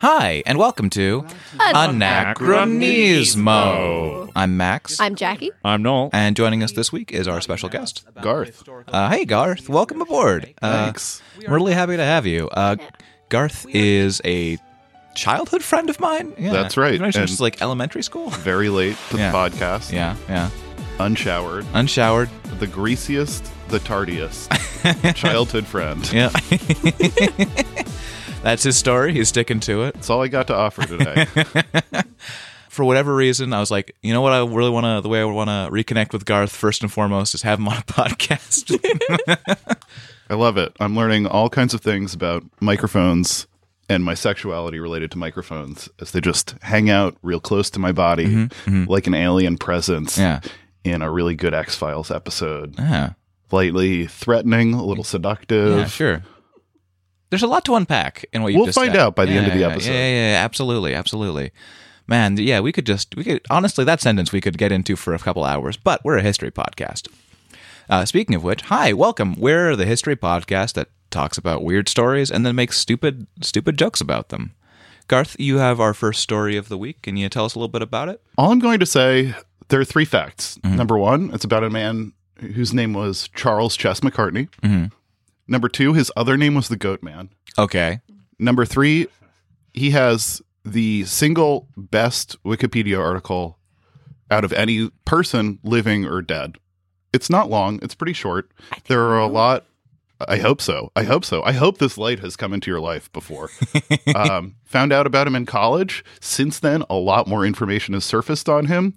Hi, and welcome to Anachronismo. I'm Max, I'm Jackie. I'm Noel. and joining us this week is our special guest, Garth. Uh, hey, Garth. Welcome aboard. Uh, Thanks. We're really happy to have you. Uh, Garth is a childhood friend of mine. Yeah. That's right. You know, she was And- just, like elementary school. very late to Yeah. the podcast. Yeah, yeah. Unshowered, Unshowered. the greasiest, the tardiest childhood friend. Yeah. That's his story. He's sticking to it. That's all I got to offer today. for whatever reason, I was like, you know what? I really want to. The way I want to reconnect with Garth first and foremost is have him on a podcast. I love it. I'm learning all kinds of things about microphones and my sexuality related to microphones as they just hang out real close to my body like an alien presence Mm-hmm, Yeah. in a really good X Files episode. yeah, Lightly threatening, a little seductive. yeah, sure. There's a lot to unpack in what you. We'll just find said. out by the end of the Yeah, yeah, episode. Yeah, yeah, yeah, absolutely, absolutely. Man, yeah, we could just we could honestly that sentence we could get into for a couple hours, but we're a history podcast. Uh, speaking of which, hi, welcome. We're the history podcast that talks about weird stories and then makes stupid stupid jokes about them. Garth, you have our first story of the week. Can you tell us a little bit about it? All I'm going to say, there are three facts. Number one, it's about a man whose name was Charles Chess McCartney. Number two, his other name was the Goat Man. Okay. Number three, he has the single best Wikipedia article out of any person living or dead. It's not long, it's pretty short. There are a lot. I hope so. I hope so. I hope this light has come into your life before. um, found out about him in college. Since then, a lot more information has surfaced on him.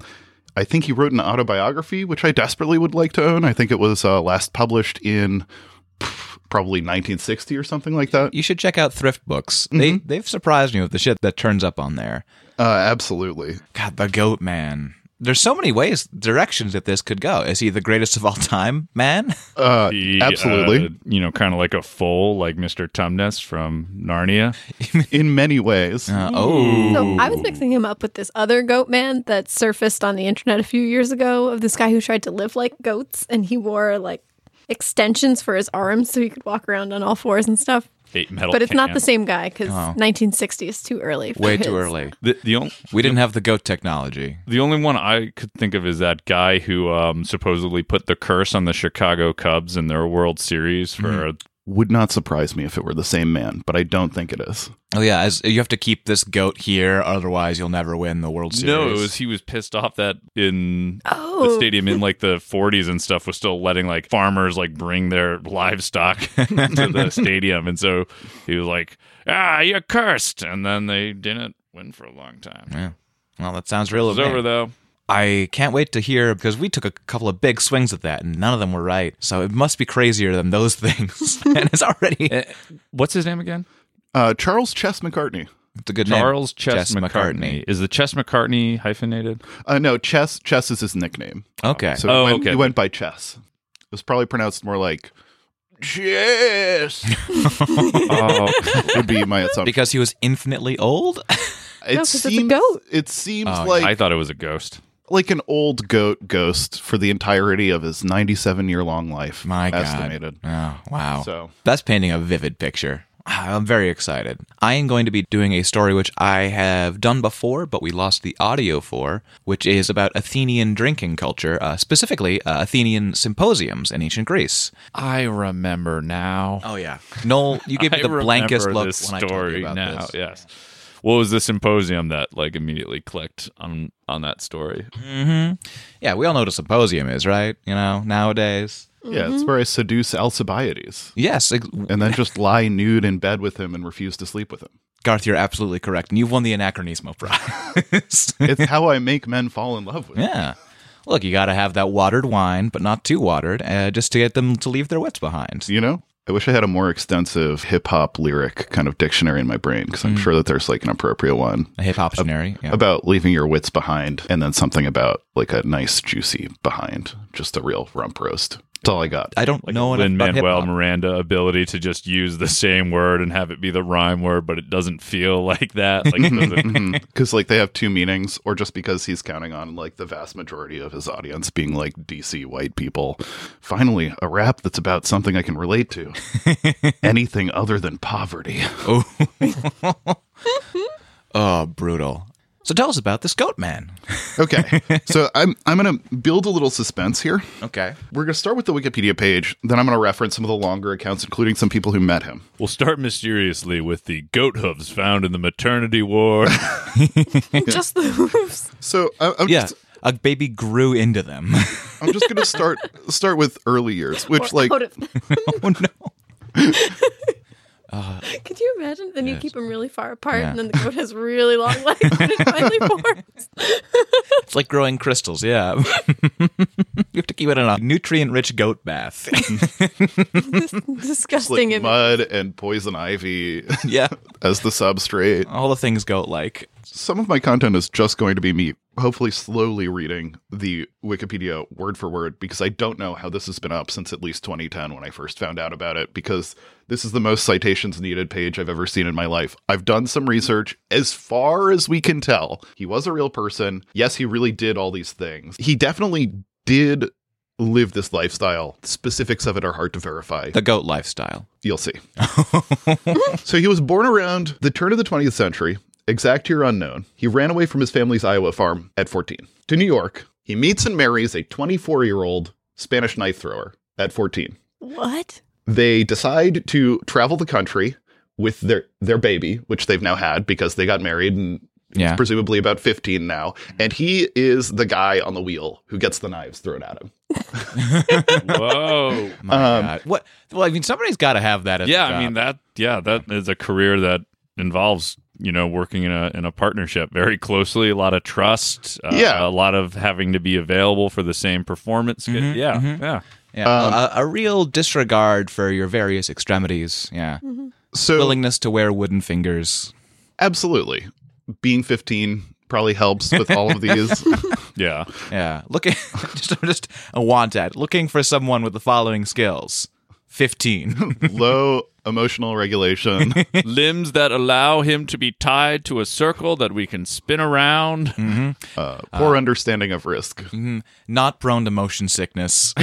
I think he wrote an autobiography, which I desperately would like to own. I think it was uh, last published in pff, probably 1960 or something like that. you should check out thrift books. They Mm-hmm. they've surprised me with the shit that turns up on there. Uh, absolutely. God, the goat man. There's so many ways directions that this could go. Is he the greatest of all time, man? Uh, He, absolutely. uh, you know, kind of like a foal, like Mr. Tumnus from Narnia. in many ways. Uh, oh, So I was mixing him up with this other goat man that surfaced on the internet a few years ago of this guy who tried to live like goats and he wore like extensions for his arms so he could walk around on all fours and stuff. Eight metal. But it's not the cans. same guy because 1960 is too early. for way his- too early. The, the, only, We didn't have the goat technology. the only one I could think of is that guy who um, supposedly put the curse on the Chicago Cubs in their World Series for. Would not surprise me if it were the same man, but I don't think it is. Oh yeah, as you have to keep this goat here, otherwise you'll never win the World Series. No, it was he was pissed off that in the Oh. stadium in like the 40s and stuff was still letting like farmers like bring their livestock to the stadium, and so he was like, "Ah, you're cursed," and then they didn't win for a long time. Yeah. Well, that sounds real. It's over though. I can't wait to hear because we took a couple of big swings at that and none of them were right. So it must be crazier than those things. and it's already it's What's his name again? Uh, Charles Chess McCartney. a good name. Charles Chess, McCartney. Is the Chess McCartney hyphenated? Uh, no, Chess. Chess is his nickname. Okay. So Oh, he, went, okay. he went by Chess. It was probably pronounced more like Chess. oh, would be my assumption. because he was infinitely old. it 'cause it's a seems goat. it seems Oh, like I thought it was a ghost. like an old goat ghost for the entirety of his 97 year long life. My God. estimated. Oh, wow. So That's painting a vivid picture. Ah, I'm very excited. I am going to be doing a story which I have done before, but we lost the audio for, which is about Athenian drinking culture, uh, specifically uh, Athenian symposiums in ancient Greece. I remember now. Oh, yeah. Noel, you gave me the blankest remember look this when I told you about now. this. Yes. What was the symposium that like immediately clicked on on that story? Yeah, we all know what a symposium is, right? You know, nowadays. yeah, Mm-hmm. it's where I seduce Alcibiades Yes, ex- and then just lie nude in bed with him and refuse to sleep with him. Garth, you're absolutely correct. And you've won the Anachronismo Prize. It's how I make men fall in love with. me. Yeah. Look, you got to have that watered wine, but not too watered, uh, just to get them to leave their wits behind. You know, I wish I had a more extensive hip hop lyric kind of dictionary in my brain because I'm sure that there's like an appropriate one A hip hop scenario. Mm. Yeah. about leaving your wits behind and then something about like a nice juicy behind, just a real rump roast. That's all I got. I don't know enough Lin about hip Manuel hop. Miranda ability to just use the same word and have it be the rhyme word, but it doesn't feel like that. Like it doesn't- Because Mm. like they have two meanings, or just because he's counting on like the vast majority of his audience being like DC white people. Finally, a rap that's about something I can relate to. Anything other than poverty. Oh. Oh, brutal. So tell us about this goat man. Okay. so I'm I'm going to build a little suspense here. Okay. We're going to start with the Wikipedia page, then I'm going to reference some of the longer accounts including some people who met him. We'll start mysteriously with the goat hooves found in the maternity ward. Just the hooves. So I, I'm Yeah. just A baby grew into them. I'm just going to start start with early years, which Or like out of- oh no. could you imagine? Then you keep them really far apart, Yeah. and then the goat has really long legs when it finally forms. It's like growing crystals, yeah. you have to keep it in a nutrient rich goat bath. Disgusting. like image. mud and poison ivy yeah. as the substrate. All the things goat like. Some of my content is just going to be me hopefully slowly reading the Wikipedia word for word because I don't know how this has been up since at least 2010 when I first found out about it because this is the most citations needed page I've ever seen in my life. I've done some research as far as we can tell. He was a real person. Yes, he really did all these things. He definitely did live this lifestyle. Specifics of it are hard to verify. The goat lifestyle. You'll see. so he was born around the turn of the 20th century, exact year unknown. He ran away from his family's Iowa farm at 14 to New York. He meets and marries a 24 year old Spanish knife thrower at 14. What? They decide to travel the country with their, their baby, which they've now had because they got married and Yeah. presumably about 15 now. And he is the guy on the wheel who gets the knives thrown at him. Whoa. My Um, God. What? Well, I mean, somebody's got to have that. As a uh, Yeah, job. I mean that yeah, that is a career that involves, you know, working in a in a partnership very closely, a lot of trust, uh, Yeah. a lot of having to be available for the same performance. Mm-hmm, yeah. Yeah. yeah. a, a real disregard for your various extremities. Yeah, So willingness to wear wooden fingers. Absolutely. Being 15 probably helps with all of these. Yeah. Yeah, looking just just a want ad. Looking for someone with the following skills: fifteen. Low emotional regulation. Limbs that allow him to be tied to a circle that we can spin around. Mm. Uh, poor understanding of risk. Not prone to motion sickness.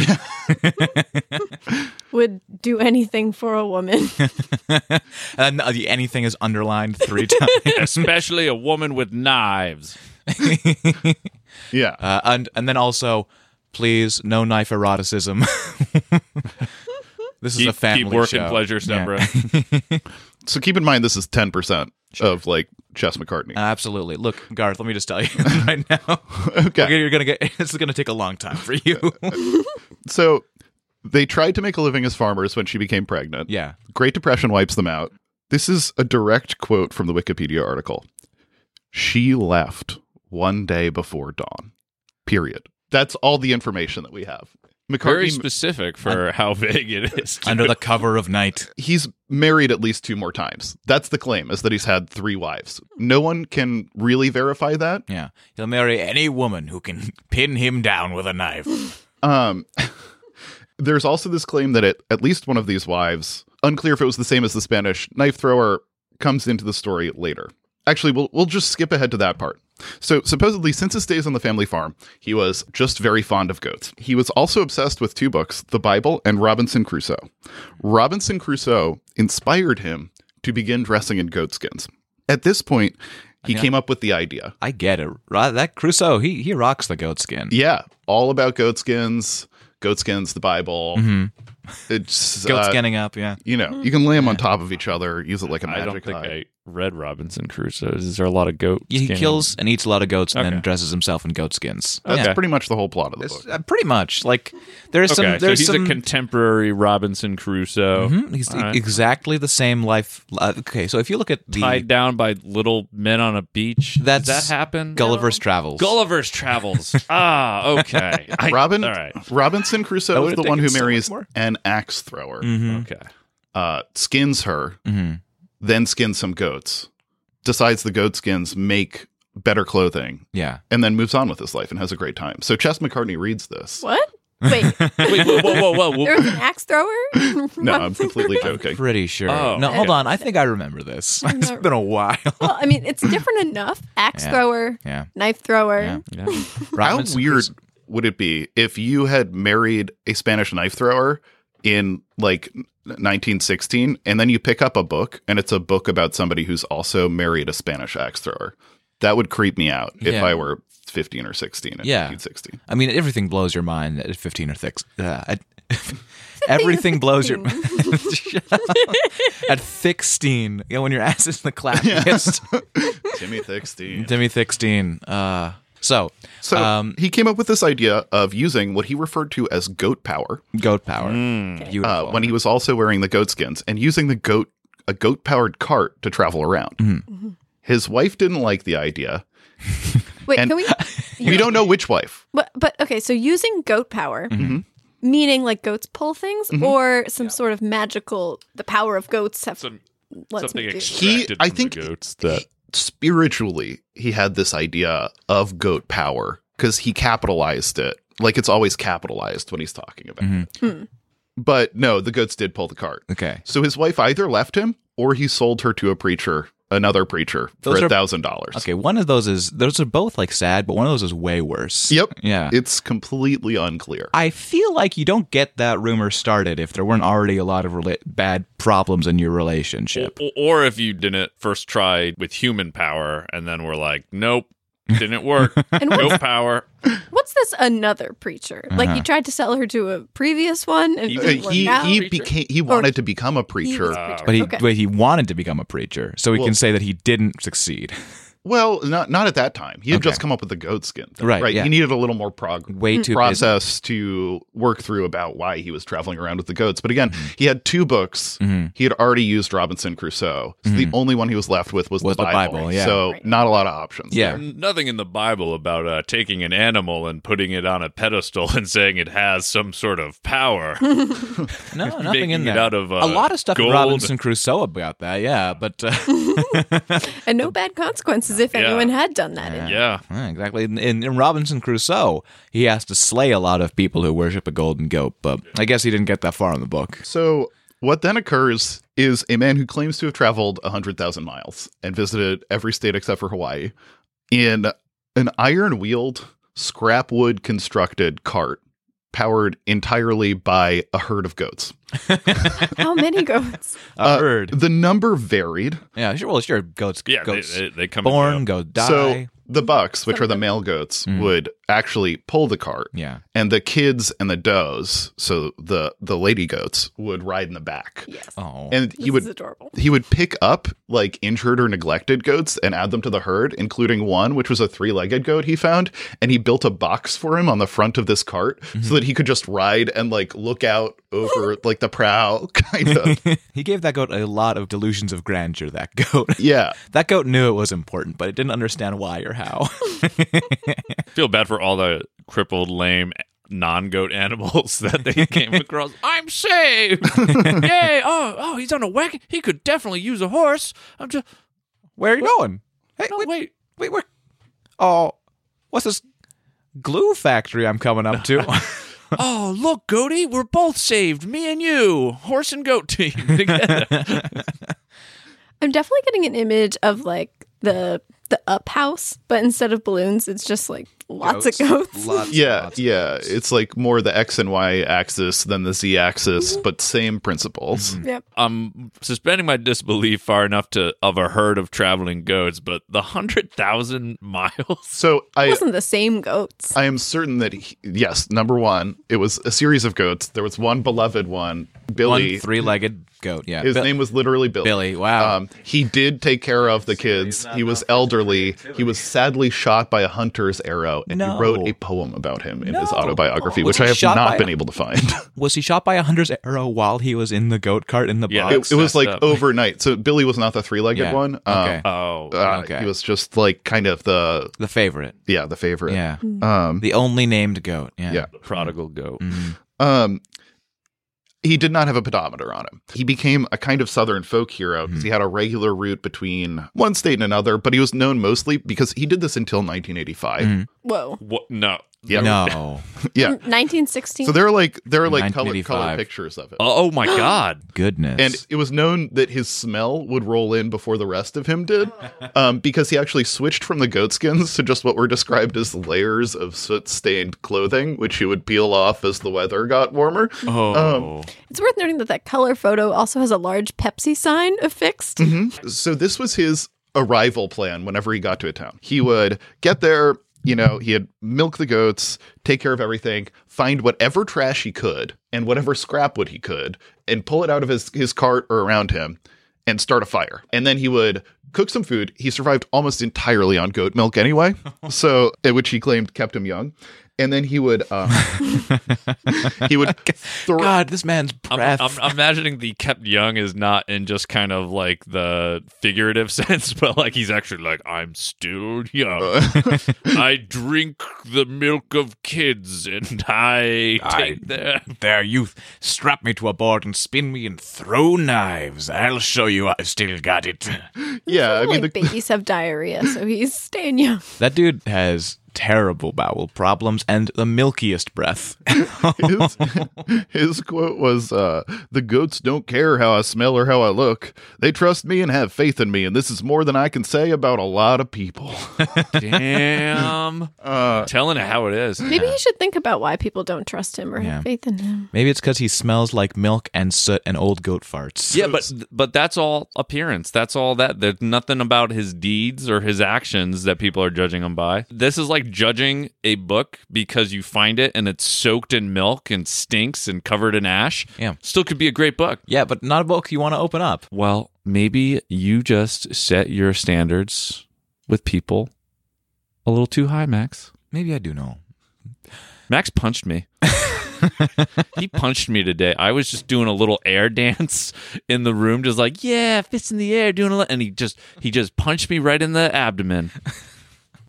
Would do anything for a woman. and uh, the anything is underlined three times. Especially a woman with knives. Yeah. Uh, and and then also, please no knife eroticism. this is a Keep, family keep working show. pleasure, Sembra. Yeah. so keep in mind this is 10% of like Chess McCartney. Uh, Absolutely. Look, Garth, let me just tell you right now. okay. You're gonna get this is gonna take a long time for you. So they tried to make a living as farmers when she became pregnant. yeah. Great Depression wipes them out. This is a direct quote from the Wikipedia article. She left one day before dawn. Period. That's all the information that we have. Very McCartney specific for how vague it is. Under the cover of night. he's married at least two more times. That's the claim, is that he's had three wives. No one can really verify that. Yeah. He'll marry any woman who can pin him down with a knife. Um, there's also this claim that it, at least one of these wives, unclear if it was the same as the Spanish knife thrower, comes into the story later. Actually, we'll we'll just skip ahead to that part. So supposedly, since his days on the family farm, he was just very fond of goats. He was also obsessed with two books, the Bible and Robinson Crusoe. Robinson Crusoe inspired him to begin dressing in goatskins. At this point, he came up with the idea. I get it. Ro- That Crusoe, he he rocks the goat skin. Yeah, all about goatskins, goatskins, the Bible. Mm-hmm. It's Goat uh, skinning up, yeah. you know, you can lay them on top of each other, use it like a I don't magic think eye. I read Robinson Crusoe. Is there a lot of goat? He skin? kills and eats a lot of goats and then Okay. dresses himself in goat skins. That's yeah. pretty much the whole plot of the It's, book. uh, pretty much like there's Okay, some so there's he's some a contemporary Robinson Crusoe, Mhm, he's All right. exactly the same life. Uh, okay, so if you look at the tied down by little men on a beach. That's Does that happen? Gulliver's Travels, Gulliver's Travels. ah, okay. I- Robin All right. Robinson That Crusoe would've is the one taken who so much marries more. an axe thrower, Mhm. Okay. uh, skins her, Mm-hmm. Mhm. then skins some goats, decides the goat skins make better clothing, yeah, and then moves on with his life and has a great time. So Chess McCartney reads this. What? Wait, Wait, whoa, whoa, whoa, whoa. there was an axe thrower. No, I'm completely joking. pretty sure. Oh, no, okay. hold on, I think I remember this. I'm it's not- been a while. Well, I mean, it's different enough. Axe Yeah. thrower, Yeah, knife thrower. yeah. Yeah. How Robinson weird Crusoe- would it be if you had married a Spanish knife thrower in like 1916 and then you pick up a book and it's a book about somebody who's also married a Spanish axe thrower. That would creep me out if Yeah. I were 15 or 16 in Yeah. 1916. I mean, everything blows your mind at 15 or 6. Uh, at, everything blows your Shut up. at 16. You know, when your ass is in the clap. Timmy 16. Timmy 16. Uh, so, So um, he came up with this idea of using what he referred to as goat power goat power. Beautiful. uh, when he was also wearing the goat skins and using the goat a goat powered cart to travel around. Mm-hmm. His wife didn't like the idea. Wait, And- can we? We don't know which wife. But, but okay, so using goat power, Mm-hmm. meaning like goats pull things, or some sort of magical, the power of goats have Some- lets something me do. extra- He, Extracted I from the think, goats that- spiritually, he had this idea of goat power because he capitalized it. Like it's always capitalized when he's talking about it. Mm-hmm. But no, the goats did pull the cart. okay. So his wife either left him or he sold her to a preacher, another preacher, for Those are- a thousand dollars. Okay, one of those is, those are both like sad, but one of those is way worse. Yep. Yeah. It's completely unclear. I feel like you don't get that rumor started if there weren't already a lot of rela- bad problems in your relationship. O- Or if you didn't first try with human power and then were like, nope, didn't work. And what's- Goat power. What's this another preacher? Like he tried to sell her to a previous one, and it He- Uh, didn't work Uh-huh. he out. he became Oh, he wanted to become a He was preacher. a preacher. But he, Okay. but he wanted to become a preacher, so we Well- can say that he didn't succeed. Well, not not at that time. He had Okay. just come up with the goat skin. thing, Right, yeah. He needed a little more progress. Way too busy. process to work through about why he was traveling around with the goats. But again, Mm-hmm. he had two books. He had already used Robinson Crusoe. So the only one he was left with was, Mm-hmm. Was the the Bible. Bible, yeah. So Right. not a lot of options. Yeah. there. Nothing in the Bible about uh, taking an animal and putting it on a pedestal and saying it has some sort of power. No, nothing Making in it there. out of, uh, a lot of stuff in gold. Robinson Crusoe about that. Yeah, but uh, and no bad consequences if Um, Yeah. anyone had done that. yeah. yeah, exactly. In, in, in Robinson Crusoe, he has to slay a lot of people who worship a golden goat. But I guess he didn't get that far in the book. So what then occurs is a man who claims to have traveled 100,000 miles and visited every state except for Hawaii in an iron wheeled, scrap wood constructed cart powered entirely by a herd of goats. How many goats? A Uh, bird. The number varied. Yeah, sure. Well, sure. Goats. Yeah. They, goats they, they come and born, go. go die. Mm. So the bucks, which are the male goats, would actually pull the cart, yeah. and the kids and the does, so the the lady goats, would ride in the back, Yes, Oh. and this he is would adorable. he would pick up like injured or neglected goats and add them to the herd, including one which was a three legged goat he found, and he built a box for him on the front of this cart Mm-hmm. so that he could just ride and like look out over like the prow, kind of. he gave that goat a lot of delusions of grandeur. That goat. yeah, that goat knew it was important, but it didn't understand why or how. Feel bad for all the crippled, lame, non goat animals that they came across. I'm saved! Yay! Oh, oh, he's on a wagon. He could definitely use a horse. I'm just. Where are you going? Hey, No, wait, wait. wait, where? Oh, what's this glue factory I'm coming up to? Oh, look, Goaty, we're both saved. Me and you. Horse and goat team together. I'm definitely getting an image of like the the up house, but instead of balloons, it's just like lots of goats. Lots, yeah, lots of yeah. goats. It's like more the X and Y axis than the Z axis, but same principles. Mm-hmm. yep. I'm suspending my disbelief far enough to of a herd of traveling goats, but the 100,000 miles? So It I wasn't the same goats. I am certain that he, yes, number one, it was a series of goats. There was one beloved one, Billy. One three-legged goat. Yeah, His Bi- name was literally Billy. Billy. Wow. Um, he did take care of the kids. He was elderly. He was sadly shot by a hunter's arrow, and No. he wrote a poem about him in his No. autobiography, Was which he I have shot by not a- been able to find. was he shot by a hunter's arrow while he was in the goat cart in the Yeah, box? it, it was messed like up. overnight. So Billy was not the three-legged uh, Yeah. one. Um, Okay. Oh. uh, okay. He was just like kind of the the favorite. yeah the favorite. Yeah, Hmm. Um, the only named goat. Yeah. Mm-hmm. Yeah. prodigal goat. Mm. Um, he did not have a pedometer on him. He became a kind of Southern folk hero because Mm-hmm. he had a regular route between Mm. one state and another, but he was known mostly because he did this until 1985. Whoa. What? No. Yeah. No. Yeah. 1916. So there are like there are like color, 1985. color pictures of it. Oh my god. Goodness. And it was known that his smell would roll in before the rest of him did, um, because he actually switched from the goat skins to just what were described as layers of soot-stained clothing, which he would peel off as the weather got warmer. Oh. it's worth noting that that color photo also has a large Pepsi sign affixed. Mm-hmm. So this was his arrival plan whenever he got to a town. He would get there, you know, he had milk the goats, take care of everything, find whatever trash he could and whatever scrap wood he could and pull it out of his his cart or around him and start a fire. And then he would cook some food. He survived almost entirely on goat milk anyway. So, eh, which he claimed kept him young. And then he would um, he would throw God, this man's I'm, breath. I'm imagining the kept young is not in just kind of like the figurative sense, but like he's actually like, I'm still young. I drink the milk of kids and I I- take their. there, you strap me to a board and spin me and throw knives. I'll show you I've still got it. yeah, I mean like the, babies have diarrhea, so he's staying young. That dude has terrible bowel problems and the milkiest breath. his, his quote was uh, the goats don't care how i smell or how i look they trust me and have faith in me and this is more than i can say about a lot of people Damn. Uh, Telling it how it is. Maybe he should think about why people don't trust him or Yeah. have faith in him. Maybe it's because he smells like milk and soot and old goat farts. Yeah, but but that's all appearance. That's all that. There's nothing about his deeds or his actions that people are judging him by. This is like judging a book because you find it and it's soaked in milk and stinks and covered in ash. Yeah. Still could be a great book. Yeah, but not a book you want to open up. Well, maybe you just set your standards with people a little too high, Max. Maybe I do know. Max punched me. he punched me today. I was just doing a little air dance in the room, just like yeah, fists in the air, doing a lot, and he just he just punched me right in the abdomen.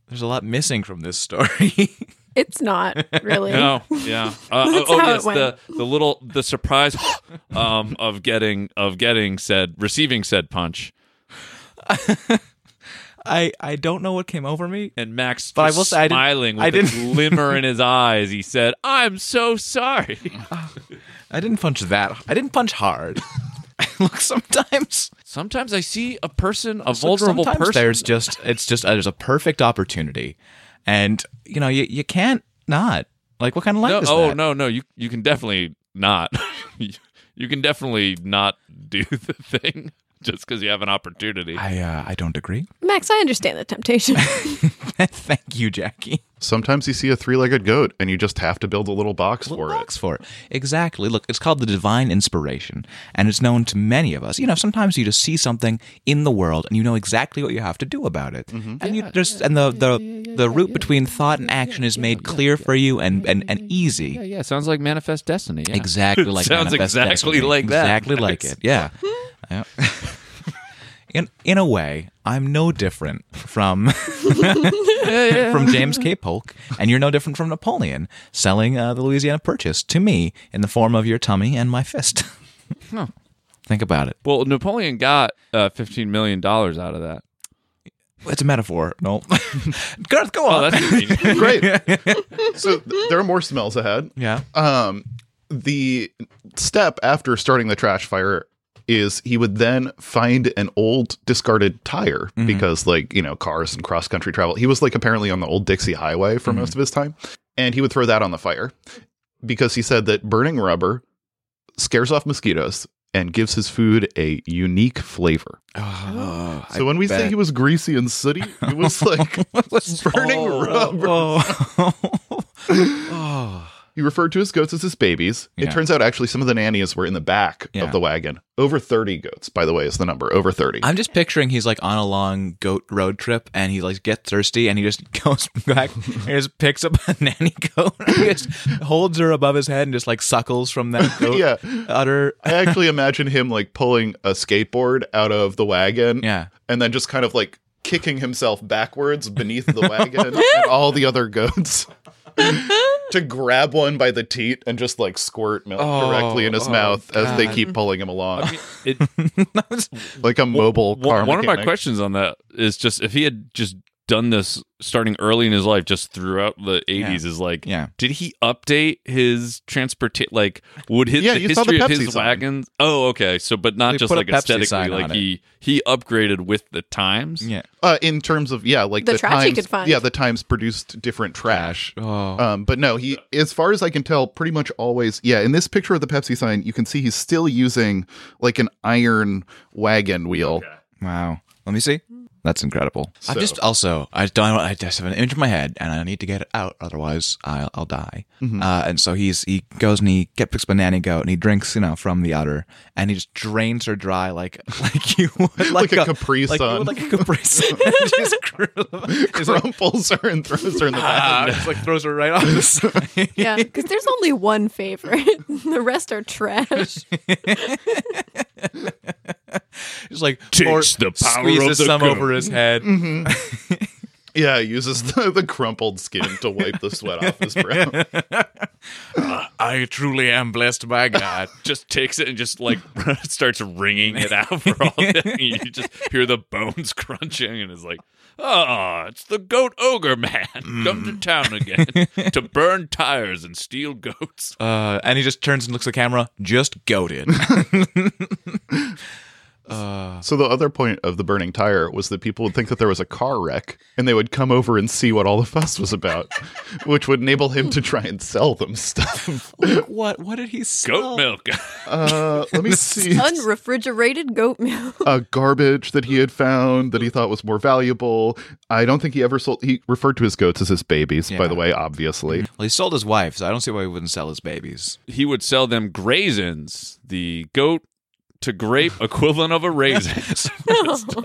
There's a lot missing from this story. It's not really. No, yeah. Uh, oh, That's oh, how it yes, the the little the surprise um, of getting of getting said receiving said punch, I, I don't know what came over me. and Max But I just will say I didn't- smiling with I a didn't- glimmer in his eyes. He said, "I'm so sorry." I didn't punch that. I didn't punch hard. Look, sometimes, Sometimes I see a person, a vulnerable sometimes person. there's just it's just there's a perfect opportunity, and you know you you can't not like what kind of life no, is oh that? no no you you can definitely not you you can definitely not do the thing just because you have an opportunity I uh, I don't agree. Max, I understand the temptation. Thank you, Jackie. sometimes you see a three-legged goat and you just have to build a little box Little for box for it. Exactly. Look, it's called the divine inspiration, and it's known to many of us. You know, sometimes you just see something in the world, and you know exactly what you have to do about it. And you just and the the, the route between thought and action is made clear for you and and, and easy. yeah yeah sounds like manifest destiny yeah. Exactly like Sounds Manifest exactly Destiny. like that. Exactly like it. Yeah. Yeah. In in a way, I'm no different from from James K. Polk, and you're no different from Napoleon selling uh, the Louisiana Purchase to me in the form of your tummy and my fist. Think about it. well napoleon got uh 15 million dollars out of that It's a metaphor. No, Garth, go on. oh that's it great so th- there are more smells ahead yeah. um, the step after starting the trash fire is he would then find an old discarded tire because like you know cars and cross country travel he was like apparently on the old dixie highway for most of his time and he would throw that on the fire because he said that burning rubber scares off mosquitoes and gives his food a unique flavor Oh, so when we say he was greasy and sooty it was like burning rubber Oh. oh, He referred to his goats as his babies. Yeah. It turns out actually some of the nannies were in the back Yeah. of the wagon. Over 30 goats, by the way, is the number. Over 30. I'm just picturing he's like on a long goat road trip and he like gets thirsty and he just goes back and just picks up a nanny goat and he just holds her above his head and just like suckles from that goat Yeah. udder. I actually imagine him like pulling a skateboard out of the wagon Yeah. and then just kind of like kicking himself backwards beneath the wagon and all the other goats to grab one by the teat and just like squirt milk directly in his mouth as they keep pulling him along it, like a mobile car one, one of my mechanic. questions on that is just if he had just done this starting early in his life, just throughout the 80s, is like, Yeah. did he update his transport? Like, would his Yeah, the you saw the history of Pepsi his sign. wagons? Oh, okay. So, but not They just put a like Pepsi aesthetically. sign Like on it. he he upgraded with the times. Yeah. Uh, in terms of yeah, like The trash he times, could find. yeah, the times produced different trash. Oh. Um, but no, he, as far as I can tell, pretty much always, yeah. In this picture of the Pepsi sign, you can see he's still using like an iron wagon wheel. Wow. Let me see. That's incredible. I So- just also I don't I just have an image in my head and I need to get it out otherwise I'll, I'll die. Uh, and so he's he goes and he get picks banana goat and he drinks you know from the udder and he just drains her dry like like you would, like, Like a Capri like you would Sun. like a Capri Sun. just cr- he's like, Crumples her and throws her in the ah, wagon. just like throws her right off the side. Yeah, because there's only one favorite. the rest are trash. Just like Takes the power of squeezes Mm-hmm. the some goat. over his head. Yeah, he uses the, the crumpled skin to wipe the sweat off his brow. I truly am blessed by God. Just takes it and just like starts wringing it out for all that. You just hear the bones crunching and it's like, oh, it's the goat ogre man. Come to town again to burn tires and steal goats. Uh, and he just turns and looks at the camera, just goaded. So the other point of the burning tire was that people would think that there was a car wreck, and they would come over and see what all the fuss was about, which would enable him to try and sell them stuff. what? What did he sell? Goat milk. Uh, let me see. Unrefrigerated goat milk. uh, garbage that he had found that he thought was more valuable. I don't think he ever sold. He referred to his goats as his babies, by the way, obviously. Well, he sold his wife, so I don't see why he wouldn't sell his babies. he would sell them grazins, the goat to grape equivalent of a raisin.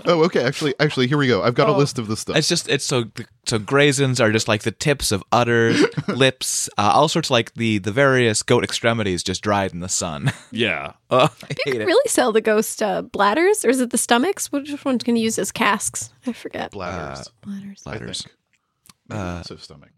Oh, okay. Actually, actually, here we go. I've got a list of the stuff. It's just it's so so grazins are just like the tips of udders, lips, uh, all sorts of like the the various goat extremities just dried in the sun. yeah. Oh, I hate it. Really sell the ghost uh, bladders, or is it the stomachs? Which one's going to use as casks? I forget. Bladders. bladders. Bladders. so stomach.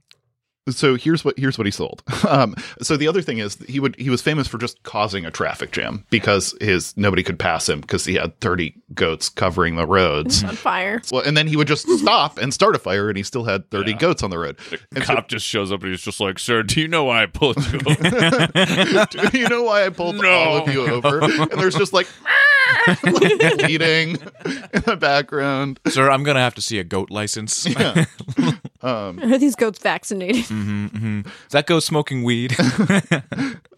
So here's what here's what he sold. Um, so the other thing is he would he was famous for just causing a traffic jam because his nobody could pass him because he had thirty goats covering the roads. On fire. Well, and then he would just stop and start a fire, and he still had thirty goats on the road. And so- Cop just shows up and he's just like, Sir, do you know why I pulled you over? Do you know why I pulled No. all of you over? And there's just like, like bleeding in the background. Sir, I'm gonna have to see a goat license. Are these goats vaccinated? Mm. Is that goat smoking weed?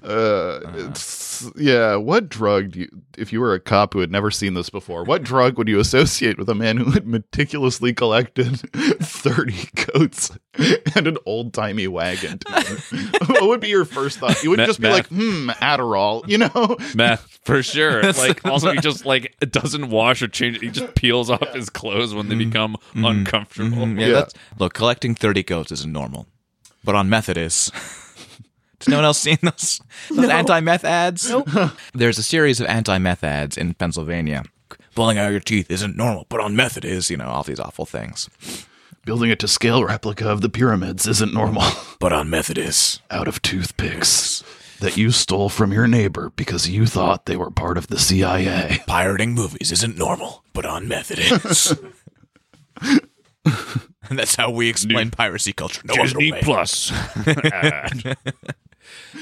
Uh, it's, yeah, what drug do you, if you were a cop who had never seen this before, what drug would you associate with a man who had meticulously collected 30 goats and an old timey wagon? to him? what would be your first thought? You would Meth- just be meth. like, hmm, Adderall, you know? Meth for sure. Like also he just like doesn't wash or change he just peels off his clothes when they become uncomfortable. yeah, That's, look, collecting thirty goats isn't normal, but on meth it is. Has no one else seen those, those anti-meth ads? There's a series of anti-meth ads in Pennsylvania. Pulling out your teeth isn't normal, but on meth it is. You know all these awful things, Building a to scale replica of the pyramids isn't normal. but on meth it is. out of toothpicks that you stole from your neighbor because you thought they were part of the CIA. Pirating movies isn't normal, but on meth it is. and that's how we explain piracy culture. No Disney other way. Plus. ad.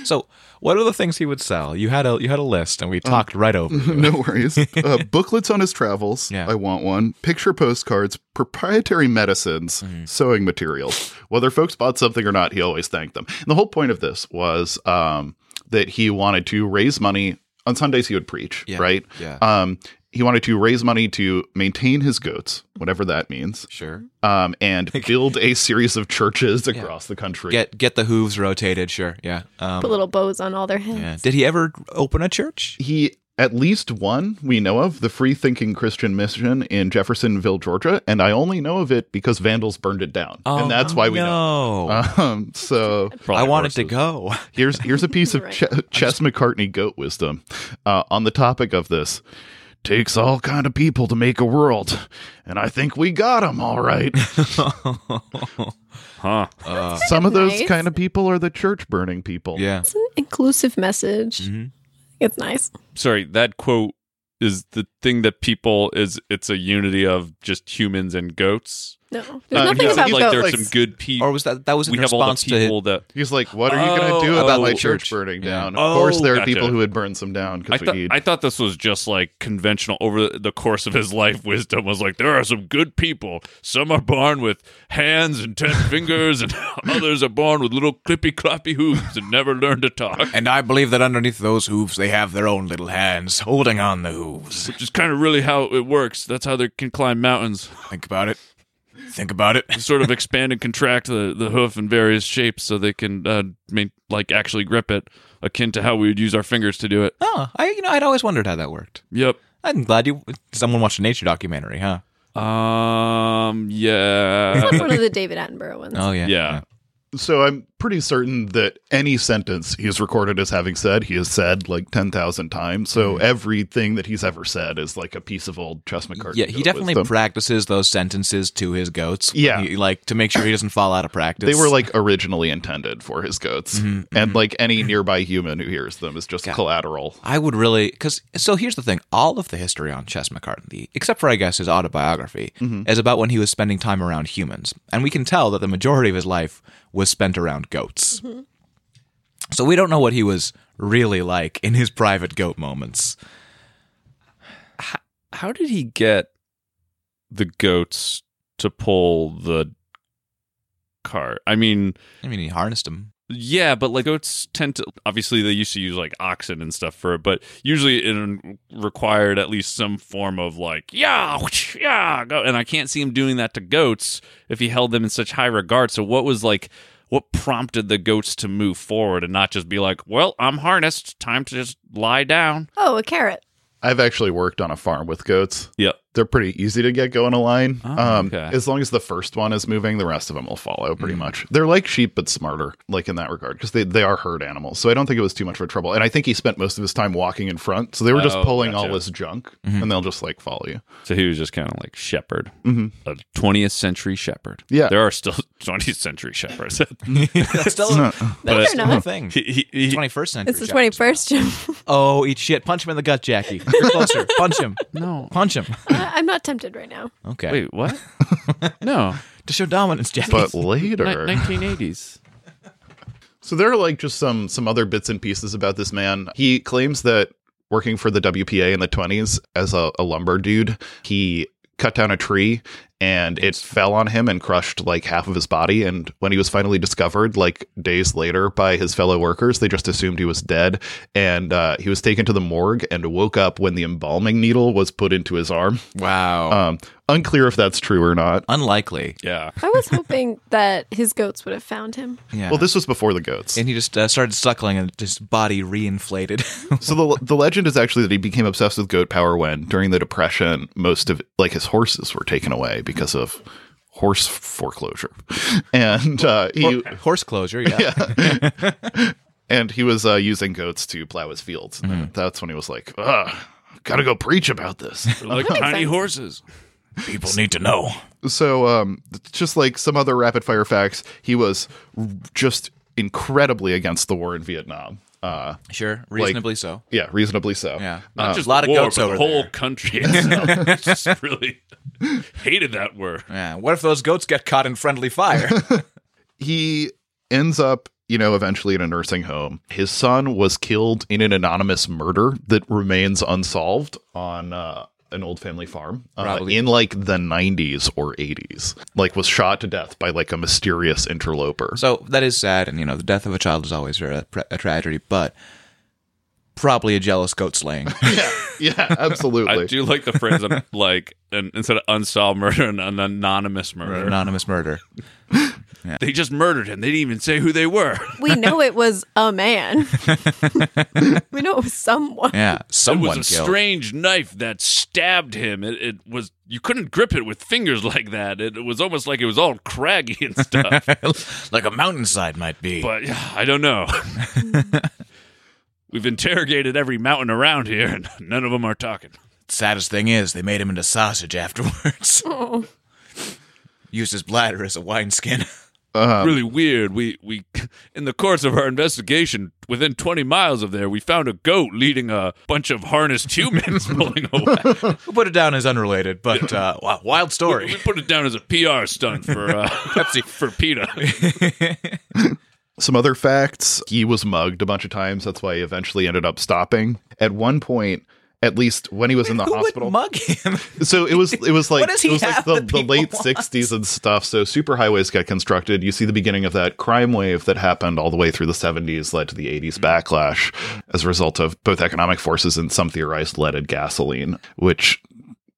So, what are the things he would sell? You had a you had a list, and we talked right over. it. No worries. Uh, booklets on his travels. Yeah. I want one. Picture postcards, proprietary medicines, Mm-hmm. sewing materials. Whether folks bought something or not, he always thanked them. And the whole point of this was um, that he wanted to raise money. On Sundays, he would preach, Yeah. right? Yeah. Um, he wanted to raise money to maintain his goats, whatever that means, Sure. um, and build a series of churches across the country. Get get the hooves rotated. Sure. Yeah. Um, Put little bows on all their heads. yeah. Did he ever open a church? he at least one we know of the free thinking christian mission in jeffersonville georgia and i only know of it because vandals burned it down Oh, and that's why we know Oh, no. um, so I Probably wanted to horses. go. here's here's a piece of Right. Ch- Chess McCartney goat wisdom uh, on the topic of this. Takes all kind of people to make a world, and I think we got them all right. Huh. Some of those Nice. kind of people are the church burning people. Uh, Yeah. It's an inclusive message. Mm-hmm. It's nice. Sorry, that quote is the thing that people is it's a unity of just humans and goats. No, there's Uh, nothing yeah, about he's like goats. there's like- some good people. Or was that that was in we have all response the people that He's like, "What are you going Oh, to do about oh, my church. church, burning Yeah. down?" Of Oh, course, there are gotcha. people who would burn some down I because we thought need. I thought this was just like conventional over the, the course of his life wisdom was like there are some good people. Some are born with hands and ten fingers, and others are born with little clippy cloppy hooves and never learn to talk. to And I believe that underneath those hooves they have their own little hands holding on the hooves. Which is kind of really how it works. That's how they can climb mountains. Think about it. Think about it. Sort of expand and contract the, the hoof in various shapes so they can uh, make, like actually grip it, akin to how we would use our fingers to do it. Oh, I you know, I'd always wondered how that worked. Yep. I'm glad you someone watched a nature documentary, huh? Um. That's Yeah. one of the David Attenborough ones. Oh yeah. yeah. so I'm pretty certain that any sentence he's recorded as having said, he has said like ten thousand times. So Mm-hmm. everything that he's ever said is like a piece of old Tress McCartney. Yeah, he goat definitely wisdom. practices those sentences to his goats. Yeah. He- like to make sure he doesn't fall out of practice. they were like originally intended for his goats, Mm-hmm, and like any nearby human who hears them is just collateral. I would really because so here's the thing: all of the history on Chess McCartney, except for I guess his autobiography, is about when he was spending time around humans, and we can tell that the majority of his life was spent around goats. So we don't know what he was really like in his private goat moments. how did he get the goats to pull the cart? I mean, I mean, he harnessed them. yeah, but like goats tend to obviously they used to use like oxen and stuff for it, but usually it required at least some form of like yeah, whoosh, yeah, go. and I can't see him doing that to goats if he held them in such high regard. So what was like what prompted the goats to move forward and not just be like, well, I'm harnessed, time to just lie down? Oh, a carrot. I've actually worked on a farm with goats. Yep. They're pretty easy to get going a line. Oh, um, okay. Hmm. As long as the first one is moving, the rest of them will follow pretty much. They're like sheep, but smarter, like in that regard, because they, they are herd animals. So I don't think it was too much of a trouble. And I think he spent most of his time walking in front. So they were just Oh, pulling gotcha. Mm-hmm. all this junk and they'll just like follow you. So he was just kind of like shepherd, Mhm. a 20th century shepherd. Yeah. there are still 20th century shepherds. that's still, that's But- still a thing. He- he- he- 21st century. It's the Japanese. 21st, Jim. Oh, eat shit. Punch him in the gut, Jackie. You're closer. Punch him. no, Punch him. I- I'm not tempted right now. Okay. wait, what? no, To show dominance, Jackie. But Ni- later. 1980s. So there are like just some some other bits and pieces about this man. He claims that working for the WPA in the 20s as a, a lumber dude, he cut down a tree and it fell on him and crushed like half of his body and when he was finally discovered like days later by his fellow workers they just assumed he was dead and uh, he was taken to the morgue and woke up when the embalming needle was put into his arm wow. um, unclear if that's true or not Unlikely. Yeah, I was hoping that his goats would have found him. Yeah. well this was before the goats and he just uh, started suckling and his body reinflated. So the the legend is actually that he became obsessed with goat power when during the depression most of like his horses were taken away because of horse foreclosure, and uh, he Horse closure, yeah. and he was uh, using goats to plow his fields. And that's when he was like, Ugh, gotta go preach about this. They're like tiny sense. horses. People need to know. so um, just like some other rapid fire facts, he was just incredibly against the war in Vietnam. Uh, Sure, reasonably so. yeah, reasonably so. Yeah. Not Uh, just a lot the of war, goats but over the whole there. country. Itself. just really hated that word. Yeah. What if those goats get caught in friendly fire? he ends up you know eventually in a nursing home his son was killed in an anonymous murder that remains unsolved on uh, an old family farm uh, Probably. in like the 90s or 80s like was shot to death by like a mysterious interloper so that is sad, and you know the death of a child is always a, a tragedy, but probably a jealous goat slaying. yeah yeah absolutely I do like the phrase of, like an, instead of unsolved murder, an, an anonymous murder. anonymous murder. They just murdered him. They didn't even say who they were. We know it was a man. we know it was someone. Yeah, someone it was a killed. strange knife that stabbed him. It, it was you couldn't grip it with fingers like that. It, it was almost like it was all craggy and stuff. like a mountainside might be. but yeah, I don't know. We've interrogated every mountain around here, and none of them are talking. Saddest thing is, they made him into sausage afterwards. Oh, Used his bladder as a wineskin. Uh, really weird. We we in the course of our investigation, within 20 miles of there, we found a goat leading a bunch of harnessed humans pulling away. We'll put it down as unrelated, but uh, wow, wild We story. put it down as a PR stunt for uh, Pepsi for PETA. Some other facts he was mugged a bunch of times. That's why he eventually ended up stopping. At one point, at least when he was in the Who hospital. would mug him? so it was it was like does it he was like have the, that the people late want? 60s and stuff so superhighways got constructed you see the beginning of that crime wave that happened all the way through the 70s led to the 80s backlash as a result of both economic forces and some theorized leaded gasoline which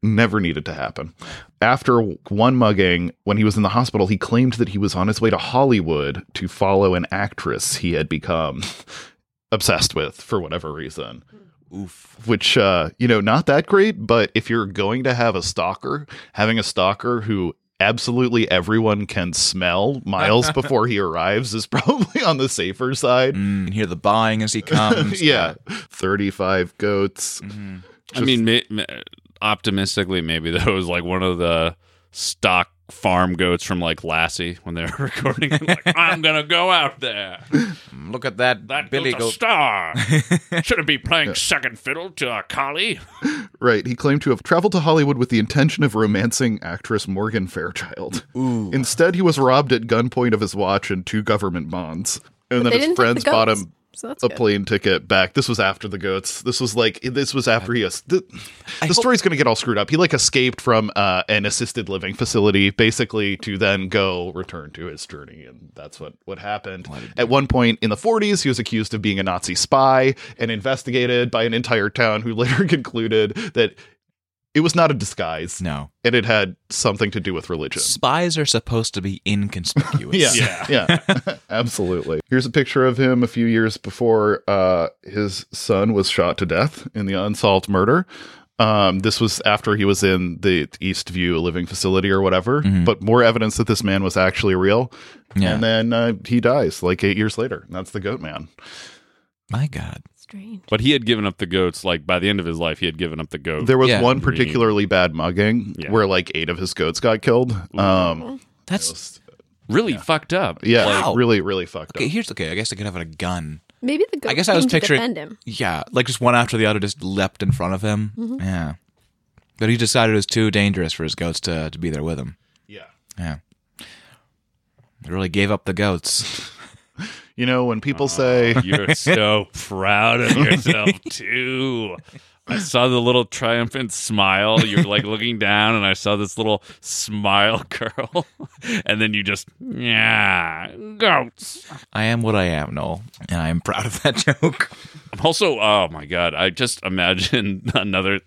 never needed to happen after one mugging when he was in the hospital he claimed that he was on his way to hollywood to follow an actress he had become obsessed with for whatever reason Oof. which uh you know not that great but if you're going to have a stalker having a stalker who absolutely everyone can smell miles before he arrives is probably on the safer side Mm, you hear the buying as he comes. yeah 35 goats Mhm. I mean, ma- ma- optimistically, maybe that was like one of the stock farm goats from like Lassie when they were recording. it, like, I'm gonna go out there. Mm, Look at that, That Billy goat's a goat. star. Shouldn't be playing second fiddle to uh, a collie. right he claimed to have traveled to hollywood with the intention of romancing actress morgan fairchild Ooh. instead he was robbed at gunpoint of his watch and two government bonds and They then his didn't take friends the bought goats, him So that's a good. plane ticket back. This was after the goats. This was like this was after he. es- The, the hope- story's going to get all screwed up. He like escaped from uh, an assisted living facility, basically to then go return to his journey, and that's what what happened. At one point in the 40s, he was accused of being a Nazi spy and investigated by an entire town, who later concluded that it was not a disguise No. and it had something to do with religion. Spies are supposed to be inconspicuous. Yeah. Yeah. Absolutely. Here's a picture of him a few years before uh, his son was shot to death in the unsolved murder. Um, this was after he was in the Eastview living facility or whatever, but more evidence that this man was actually real. Mm-hmm. Yeah. And then uh, he dies like eight years later. And That's the goat man. My God. Strange. But he had given up the goats. Like by the end of his life, he had given up the goat. There was Yeah. one particularly bad mugging Yeah. where like eight of his goats got killed. Um, That's really fucked up. yeah, Wow. really, really fucked okay. up. Here's okay. I guess I could have had a gun. Maybe the goat I guess I was came to picturing- defend him. Yeah, like just one after the other just leapt in front of him. Yeah, but he decided it was too dangerous for his goats to to be there with him. Yeah. Yeah, he really gave up the goats. You know, when people say, You're so proud of yourself too. I saw the little triumphant smile. You're like looking down, and I saw this little smile curl, and then you just yeah goats. I am what I am, Noel, and I am proud of that joke. I'm also oh my god, I just imagine another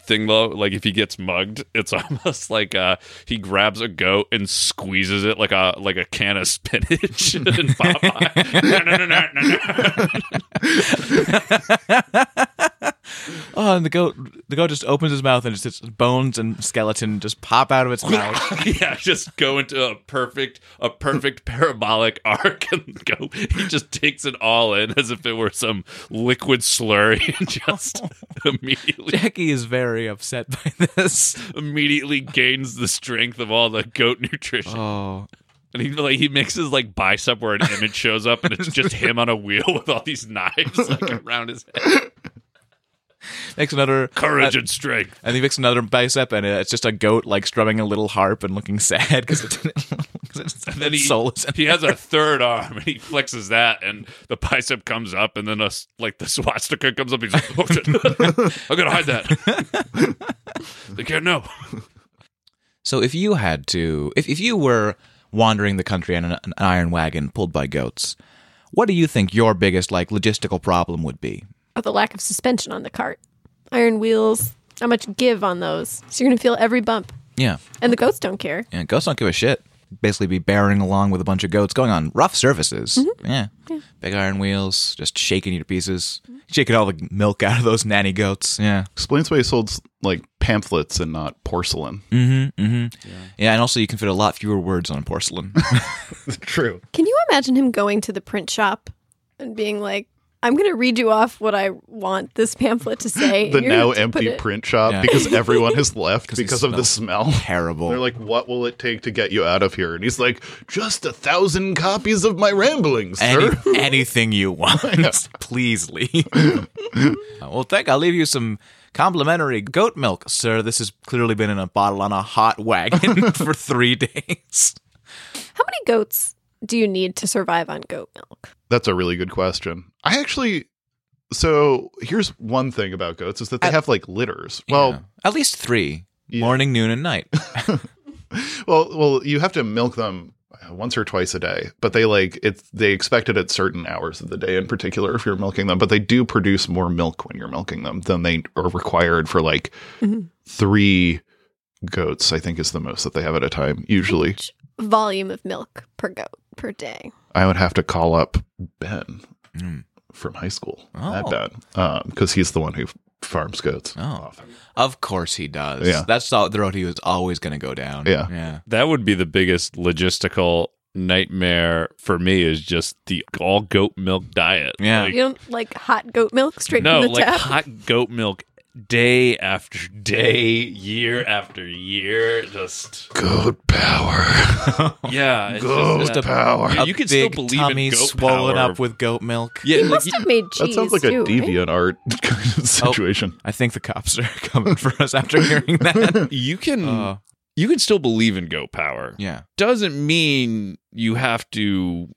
thing though. Like if he gets mugged, it's almost like uh, he grabs a goat and squeezes it like a like a can of spinach. and Popeye. No, no, no, no, no, no. Oh, and the goat the goat just opens his mouth and just its bones and skeleton just pop out of its mouth. yeah, just go into a perfect a perfect parabolic arc and go. He just takes it all in as if it were some liquid slurry and just immediately Jackie is very upset by this. immediately gains the strength of all the goat nutrition. Oh, And he like he mixes like bicep where an image shows up and it's just him on a wheel with all these knives like around his head. makes another Courage and strength. And he makes another bicep, and it's just a goat like strumming a little harp and looking sad because it's, 'cause it's then he- its soul is in He has a third arm and he flexes that and the bicep comes up and then a, s- like the swastika comes up. He's like, oh, shit. I'm going to hide that. they can't know. So if you had to, if, if you were wandering the country on an, an iron wagon pulled by goats, what do you think your biggest like logistical problem would be? Oh, the lack of suspension on the cart. Iron wheels. How much give on those? So you're gonna feel every bump. Yeah, And the goats don't care. yeah, goats don't give a shit. Basically, be bearing along with a bunch of goats going on rough surfaces. Yeah. big iron wheels, just shaking you to pieces, shaking all the milk out of those nanny goats. Yeah, explains why he sold like pamphlets and not porcelain. mm-hmm, mm-hmm. Yeah. yeah, and also you can fit a lot fewer words on porcelain. True. Can you imagine him going to the print shop and being like, I'm going to read you off what I want this pamphlet to say. the and you're now gonna just put empty it- print shop Yeah. because everyone has left they because of the smell. Terrible. They're like, "What will it take to get you out of here?" And he's like, "Just a thousand copies of my ramblings, Any- sir." anything you want. Please leave. Uh, well, thank. I'll leave you some complimentary goat milk, sir. This has clearly been in a bottle on a hot wagon for three days. How many goats do you need to survive on goat milk? That's a really good question. I actually. So here's one thing about goats is that they I- have like litters. Well, Yeah. at least three. Yeah. Morning, noon, and night. Well, well, you have to milk them uh, once or twice a day, but they like it's they expect it at certain hours of the day in particular if you're milking them, but they do produce more milk when you're milking them than they are required for like Mhm. 3 goats, I think is the most that they have at a time usually. Volume of milk per goat per day. I would have to call up Ben Mm. from high school. Oh. That Ben. Because he's the one who farms goats. Oh. often. Of course he does. Yeah. That's all, the road he was always going to go down. Yeah. Yeah. That would be the biggest logistical nightmare for me is just the all goat milk diet. Yeah. Like, You don't like hot goat milk straight no, from the like tap? hot goat milk day after day, year after year. Just Goat power. yeah, it's Goat just, uh, power. You, A you can big still believe tummy in goat swollen power. up with goat milk. yeah, He like, must have made cheese. That sounds like a too, right? deviant art kind of situation. I think the cops are coming for us after hearing that. you can Uh, you can still believe in goat power. yeah. Doesn't mean you have to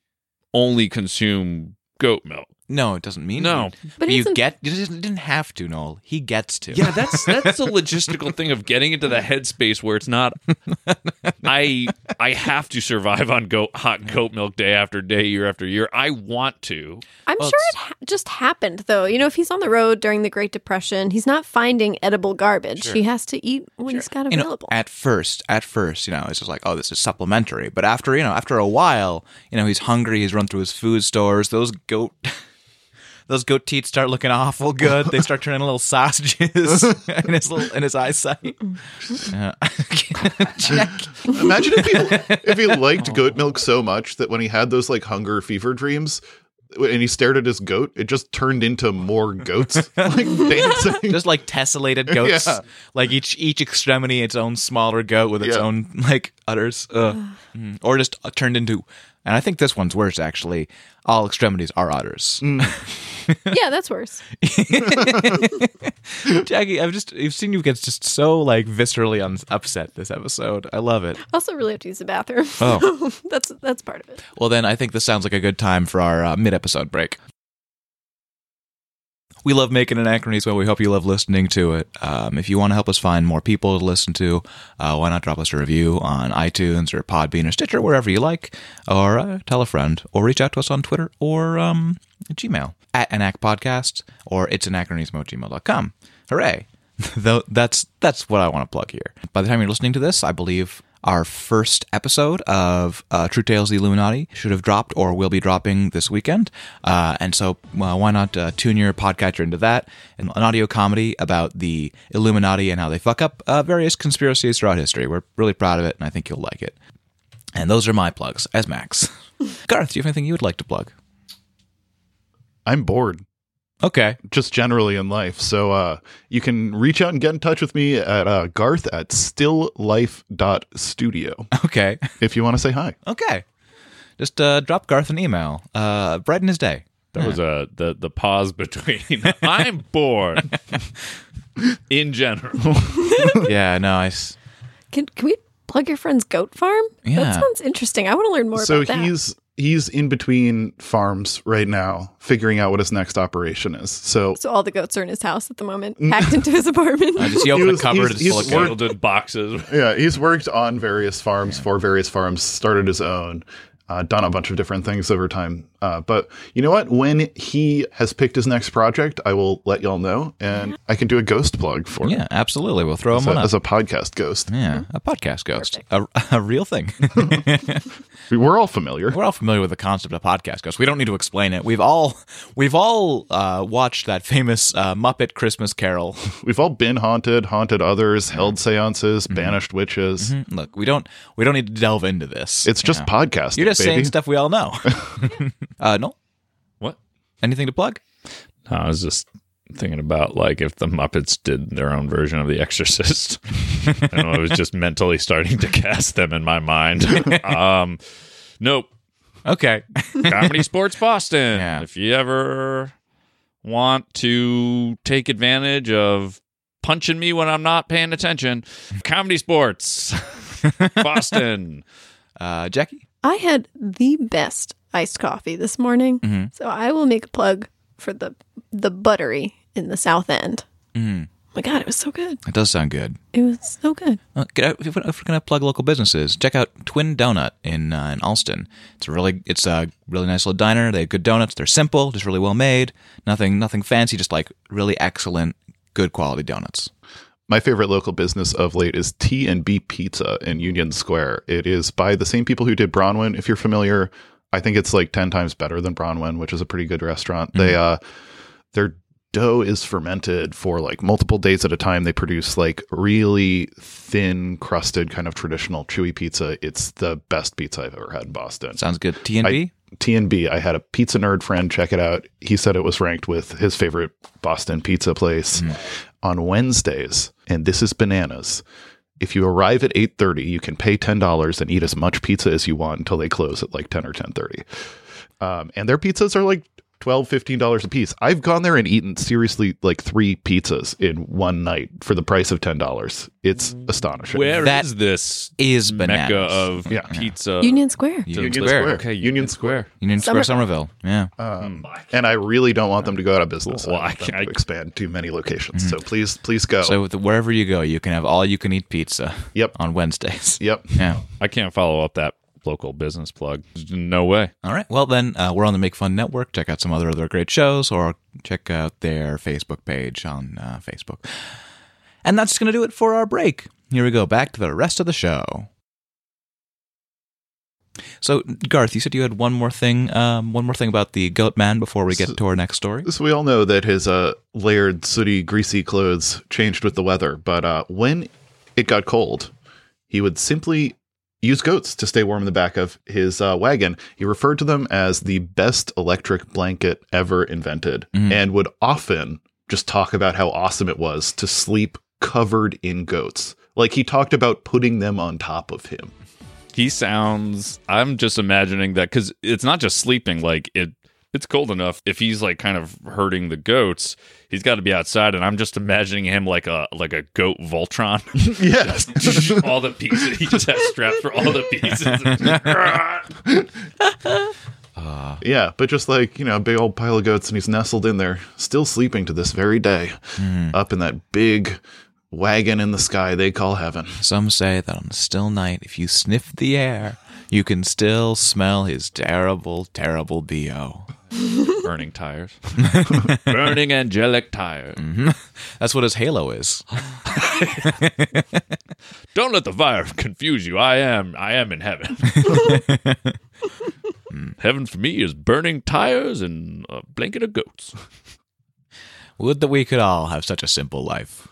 only consume goat milk. No, it doesn't mean No. But But you isn't- get you didn't didn't have to, Noel. He gets to. Yeah, that's that's the logistical thing of getting into the headspace where it's not I I have to survive on goat hot goat milk day after day, year after year. I want to. I'm Well, sure it's- it ha- just happened though. You know, if he's on the road during the Great Depression, he's not finding edible garbage. He has to eat what he's got You know, available. at first, at first, you know, it's just like, oh, this is supplementary. But after, you know, after a while, you know, he's hungry. He's run through his food stores. Those goat, those goat teeth start looking awful good. They start turning little sausages in his little, in his eyesight. Yeah. Check. Imagine if he if he Oh. liked goat milk so much that when he had those like hunger fever dreams and he stared at his goat, it just turned into more goats like dancing. just like tessellated goats, Yeah. like each each extremity its own smaller goat with its Yeah. own like udders, Ugh. Mm. or just turned into. And I think this one's worse actually. All extremities are udders. yeah, that's worse. Jackie, I've just you've seen you get just so like viscerally un- upset this episode. I love it. I also really have to use the bathroom. Oh. that's that's part of it. Well, then I think this sounds like a good time for our uh, mid episode break. We love making anachronism. Well, we hope you love listening to it. Um, if you want to help us find more people to listen to, uh, why not drop us a review on iTunes or Podbean or Stitcher, wherever you like, or uh, tell a friend, or reach out to us on Twitter or um, Gmail at Anac Podcast or it's anachronism at gmail.com. Hooray! Though that's that's what I want to plug here. By the time you're listening to this, I believe our first episode of uh, True Tales of the Illuminati should have dropped or will be dropping this weekend. Uh, and so, uh, why not uh, tune your podcatcher into that? And an audio comedy about the Illuminati and how they fuck up uh, various conspiracies throughout history. We're really proud of it, and I think you'll like it. And those are my plugs as Max. Garth, do you have anything you would like to plug? I'm bored Okay. just generally in life. So uh, you can reach out and get in touch with me at uh, garth at stilllife.studio Okay. if you want to say hi. Okay. Just uh, drop Garth an email. Uh, brighten his day. That was uh the the pause between I'm bored in general. yeah, no, I. s- Can can we plug your friend's goat farm? Yeah. That sounds interesting. I want to learn more so about that. he's he's in between farms right now figuring out what his next operation is. So so all the goats are in his house at the moment, Mm. packed into his apartment. I just you open He the was- cupboard, he's- it's he's full of worked- gold. Folded boxes. Yeah, he's worked on various farms for various farms, started his own, uh, done a bunch of different things over time. Uh, but you know what? When he has picked his next project, I will let y'all know, and I can do a ghost plug for it Yeah, absolutely. We'll throw him as a, on up. as a podcast ghost. yeah, a podcast ghost, a, a real thing. We- We're all familiar. We're all familiar with the concept of podcast ghosts. We don't need to explain it. We've all we've all uh, watched that famous uh, Muppet Christmas Carol. We've all been haunted, haunted others, held Mm-hmm. seances, banished witches. Look, we don't we don't need to delve into this. It's just Mm-hmm. Yeah. podcasting. you're just baby. saying stuff we all know. uh, no, What? anything to plug? I was just thinking about like if the Muppets did their own version of The Exorcist, and I was just mentally starting to cast them in my mind. um, nope. Okay. Comedy Sports Boston. Yeah. If you ever want to take advantage of punching me when I'm not paying attention, Comedy Sports Boston. Uh, Jackie? I had the best iced coffee this morning, Mhm. so I will make a plug for the the buttery in the South End. Hmm, Mm, Oh my God, it was so good. that does sound good. It was so good. Uh, get out- If we're if we're gonna plug local businesses, check out Twin Donut in uh, in Alston. It's a really it's a really nice little diner. They have good donuts. They're simple, just really well made. Nothing nothing fancy. Just like really excellent, good quality donuts. My favorite local business of late is T and B Pizza in Union Square. It is by the same people who did Bronwyn. If you're familiar, I think it's like ten times better than Bronwyn, which is a pretty good restaurant. They uh, their dough is fermented for like multiple days at a time. They produce like really thin crusted kind of traditional chewy pizza. It's the best pizza I've ever had in Boston. Sounds good. T and B. TNB. I had a pizza nerd friend check it out. He said it was ranked with his favorite Boston pizza place on Wednesdays, and this is bananas. If you arrive at 8:30, you can pay $10 and eat as much pizza as you want until they close at like 10 or 10:30. Um, and their pizzas are like 12 $15 a piece. I've gone there and eaten seriously like 3 pizzas in one night for the price of $10. It's astonishing. Where is That this Is bananas. mecca of Yeah. Uh, pizza? Union Square. Union Square. Square. Okay, Union Square. Union Square Somerville. Somerville. Yeah. Um, and I really don't want them to go out of business. Hmm. Well, I want I- them I- Hmm. to expand to many locations. So please, please Oh. go. So with- wherever you go, you can have all you can eat pizza. Yep. uh, On Wednesdays. yep. Yeah. I can't follow up that local business plug. There's No way. All right. Well, then uh, we're on the Make Fun Network. Check out some other other great shows, or check out their Facebook page on uh, Facebook. And that's going to do it for our break. Here we go back to the rest of the show. So, Garth, you said you had one more thing, um, one more thing about the Goat Man before we get to our next story. So we all know that his uh, layered, sooty, greasy clothes changed with the weather. But uh, when it got cold, he would simply use goats to stay warm in the back of his uh, wagon. He referred to them as the best electric blanket ever invented and would often just talk about how awesome it was to sleep covered in goats. Like he talked about putting them on top of him. He sounds. I'm just imagining that because it's not just sleeping. Like it, it's cold enough. If he's like kind of herding the goats, he's got to be outside. And I'm just imagining him like a like a goat Voltron. Yes. all the pieces. He just has straps for all the pieces. yeah, but just like, you know, a big old pile of goats and he's nestled in there, still sleeping to this very day, up in that big wagon in the sky they call heaven. Some say that on a still night, if you sniff the air, you can still smell his terrible, terrible bo. Burning tires. Burning angelic tires. That's what his halo is. Don't let the fire confuse you. I am. I am in heaven. Hmm. heaven for me is burning tires and a blanket of goats. Would that we could all have such a simple life.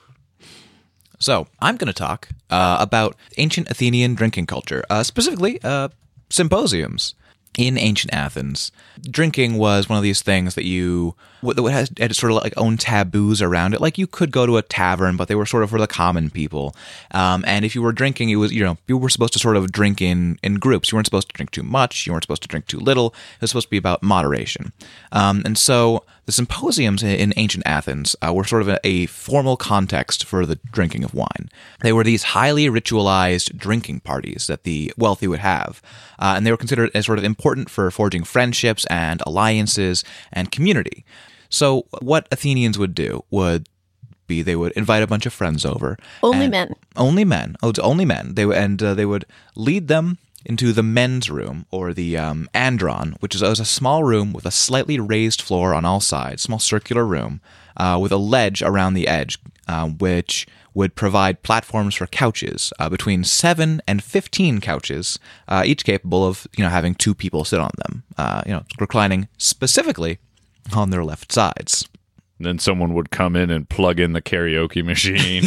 So, I'm going to talk uh, about ancient Athenian drinking culture, uh, specifically uh, symposiums. In ancient Athens, drinking was one of these things that you that had, had sort of like own taboos around it. Like you could go to a tavern, but they were sort of for the common people. Um, and if you were drinking, it was you know you were supposed to sort of drink in in groups. You weren't supposed to drink too much. You weren't supposed to drink too little. It was supposed to be about moderation. Um, and so the symposiums in, in ancient Athens uh, were sort of a, a formal context for the drinking of wine. They were these highly ritualized drinking parties that the wealthy would have, uh, and they were considered as sort of important for forging friendships and alliances and community. So what Athenians would do would be they would invite a bunch of friends over. Only and- men. Only men. Oh, it's only men. They would- and uh, they would lead them into the men's room or the um, andron, which is, is a small room with a slightly raised floor on all sides, small circular room uh, with a ledge around the edge, uh, which would provide platforms for couches uh, between seven and fifteen couches, uh, each capable of you know having two people sit on them, uh, you know reclining specifically on their left sides. And then someone would come in and plug in the karaoke machine.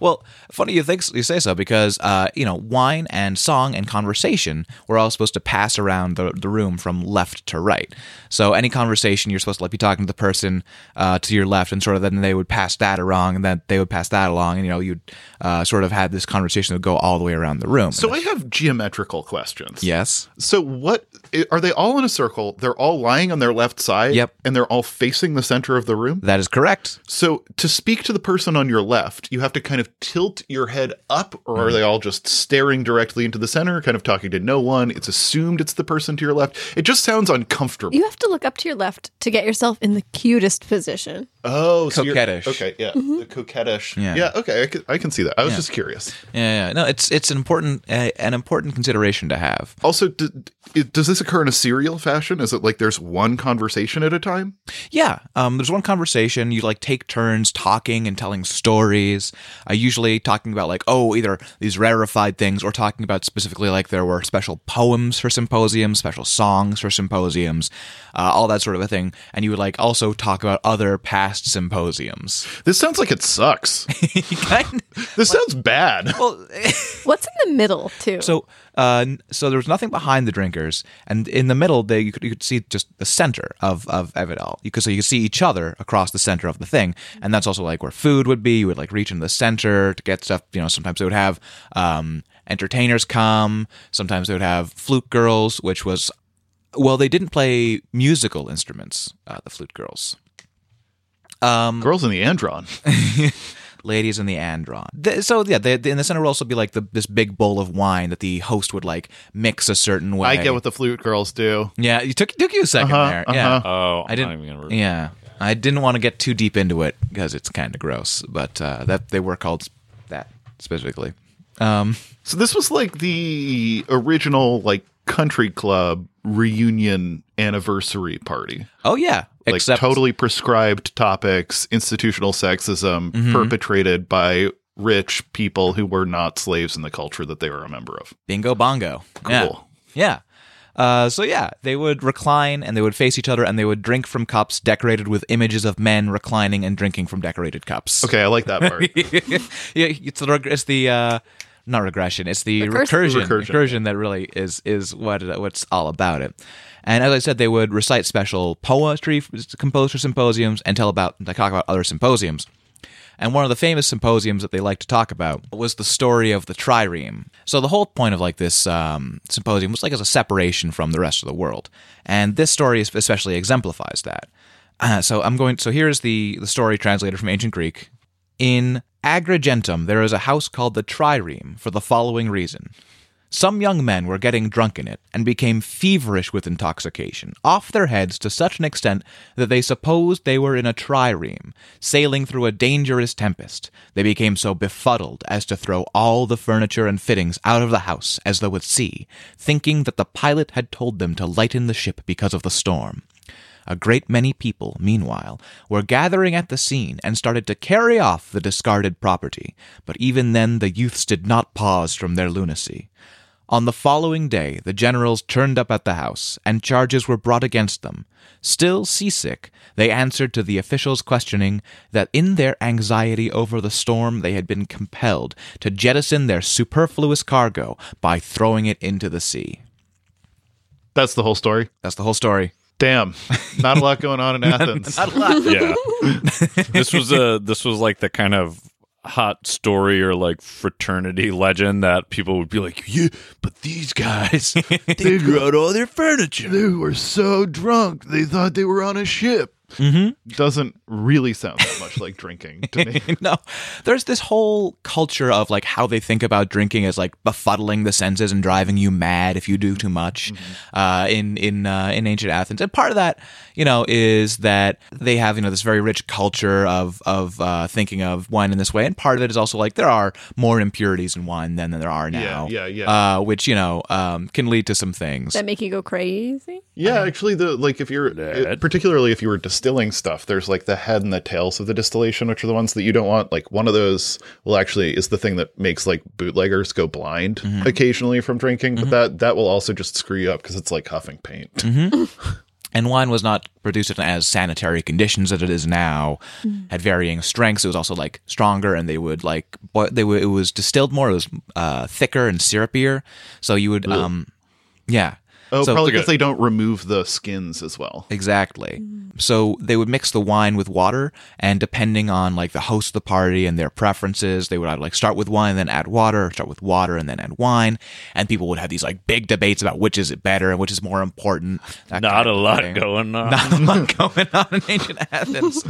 Well, funny you think you say so because uh, you know wine and song and conversation we're all supposed to pass around the, the room from left to right. So any conversation you're supposed to like be talking to the person uh, to your left, and sort of then they would pass that along, and then they would pass that along, and you know you'd uh, sort of had this conversation that would go all the way around the room. So I have geometrical questions. yes, So what i- are they all in a circle? They're all lying on their left side. Yep. And they're all facing the center of the room. that is correct. So to speak to the person on your left, you have to kind of tilt your head up, or are they all just staring directly into the center, kind of talking to no one? It's assumed it's the person to your left. It just sounds uncomfortable. You have to look up to your left to get yourself in the cutest position. Oh, so you're- Coquettish. okay, yeah, the coquettish. Yeah. Yeah, okay, I can, I can see that. I was just curious. Yeah, yeah. no, it's it's an important uh, an important consideration to have. Also, d- d- does this occur in a serial fashion? Is it like there's one conversation at a time? Yeah, um, there's one conversation you like take turns talking and telling stories. Uh, usually talking about like oh either these rarefied things or talking about specifically like there were special poems for symposiums, special songs for symposiums, uh, all that sort of a thing. And you would like also talk about other past symposiums. This sounds like it sucks. Kind- This sounds bad. well, What's in the middle too? so uh, n- so there was nothing behind the drinkers, and in the middle they you could, you could see just the center of of Evidel. You could so you could see each other across the center of the thing, and that's also like where food would be. You would like reach into the center to get stuff. You know, sometimes they would have um, entertainers come. Sometimes they would have flute girls, which was well, they didn't play musical instruments. Uh, the flute girls. um, Girls in the Andron. ladies in the andron. Th- so yeah, they, in the center would also be like the, this big bowl of wine that the host would like mix a certain way. I get what the flute girls do. Yeah, you took took you a 2nd Uh-huh, there. Yeah, oh, I didn't. am not even gonna yeah, I didn't want to get too deep into it because it's kind of gross. But uh, that they were called that specifically. Um, So this was like the original like country club reunion anniversary party. oh yeah, Like except totally prescribed topics, institutional sexism perpetrated by rich people who were not slaves in the culture that they were a member of. bingo bongo. Yeah. Cool. Yeah. Uh, so yeah, they would recline and they would face each other and they would drink from cups decorated with images of men reclining and drinking from decorated cups. Okay, I like that part. yeah, it's the reg- it's the uh, not regression. It's the recursion, Recursion. recursion Recursion. that really is is what it- what's all about it. And as I said, they would recite special poetry f- composed for symposiums and tell about and talk about other symposiums. And one of the famous symposiums that they liked to talk about was the story of the trireme. So the whole point of like this um, symposium was like as a separation from the rest of the world, and this story is- especially exemplifies that. Uh, so I'm going. So here's the the story translated from ancient Greek. In Agrigentum, there is a house called the Trireme for the following reason. Some young men were getting drunk in it and became feverish with intoxication, off their heads to such an extent that they supposed they were in a trireme, sailing through a dangerous tempest. They became so befuddled as to throw all the furniture and fittings out of the house as though at sea, thinking that the pilot had told them to lighten the ship because of the storm. A great many people, meanwhile, were gathering at the scene and started to carry off the discarded property, but even then the youths did not pause from their lunacy. On the following day, the generals turned up at the house, and charges were brought against them. Still seasick, they answered to the officials' questioning that in their anxiety over the storm they had been compelled to jettison their superfluous cargo by throwing it into the sea. That's the whole story. That's the whole story. Damn. Not a lot going on in Athens. yeah this was a this was like the kind of hot story or like fraternity legend that people would be like yeah but these guys they brought all their furniture they were so drunk they thought they were on a ship. Mm-hmm. Doesn't really sound that much like drinking to me. no, there's this whole culture of like how they think about drinking as like befuddling the senses and driving you mad if you do too much Mm-hmm. uh, in in uh, in ancient Athens. And part of that, you know, is that they have you know this very rich culture of of uh, thinking of wine in this way. And part of it is also like there are more impurities in wine than there are now. yeah, yeah. Uh, which you know um, can lead to some things. that make you go crazy? Yeah, actually, the like if you're Um, That. particularly if you were distilling stuff, there's like the head and the tails of the distillation, which are the ones that you don't want. Like one of those, well, actually, is the thing that makes like bootleggers go blind Mm-hmm. Mm-hmm. occasionally from drinking. But that that will also just screw you up because it's like huffing paint. And wine was not produced in as sanitary conditions as it is now. Had varying strengths. It was also like stronger, and they would like boi- they were, it was distilled more. It was uh, thicker and syrupier. So you would um, yeah. Oh, So- probably because they don't remove the skins as well. Exactly. So they would mix the wine with water, and depending on like the host of the party and their preferences, they would either, like start with wine, then add water, or start with water and then add wine, and people would have these like big debates about which is it better and which is more important. that Not kind a of lot thing. going on. Not a lot going on in ancient Athens.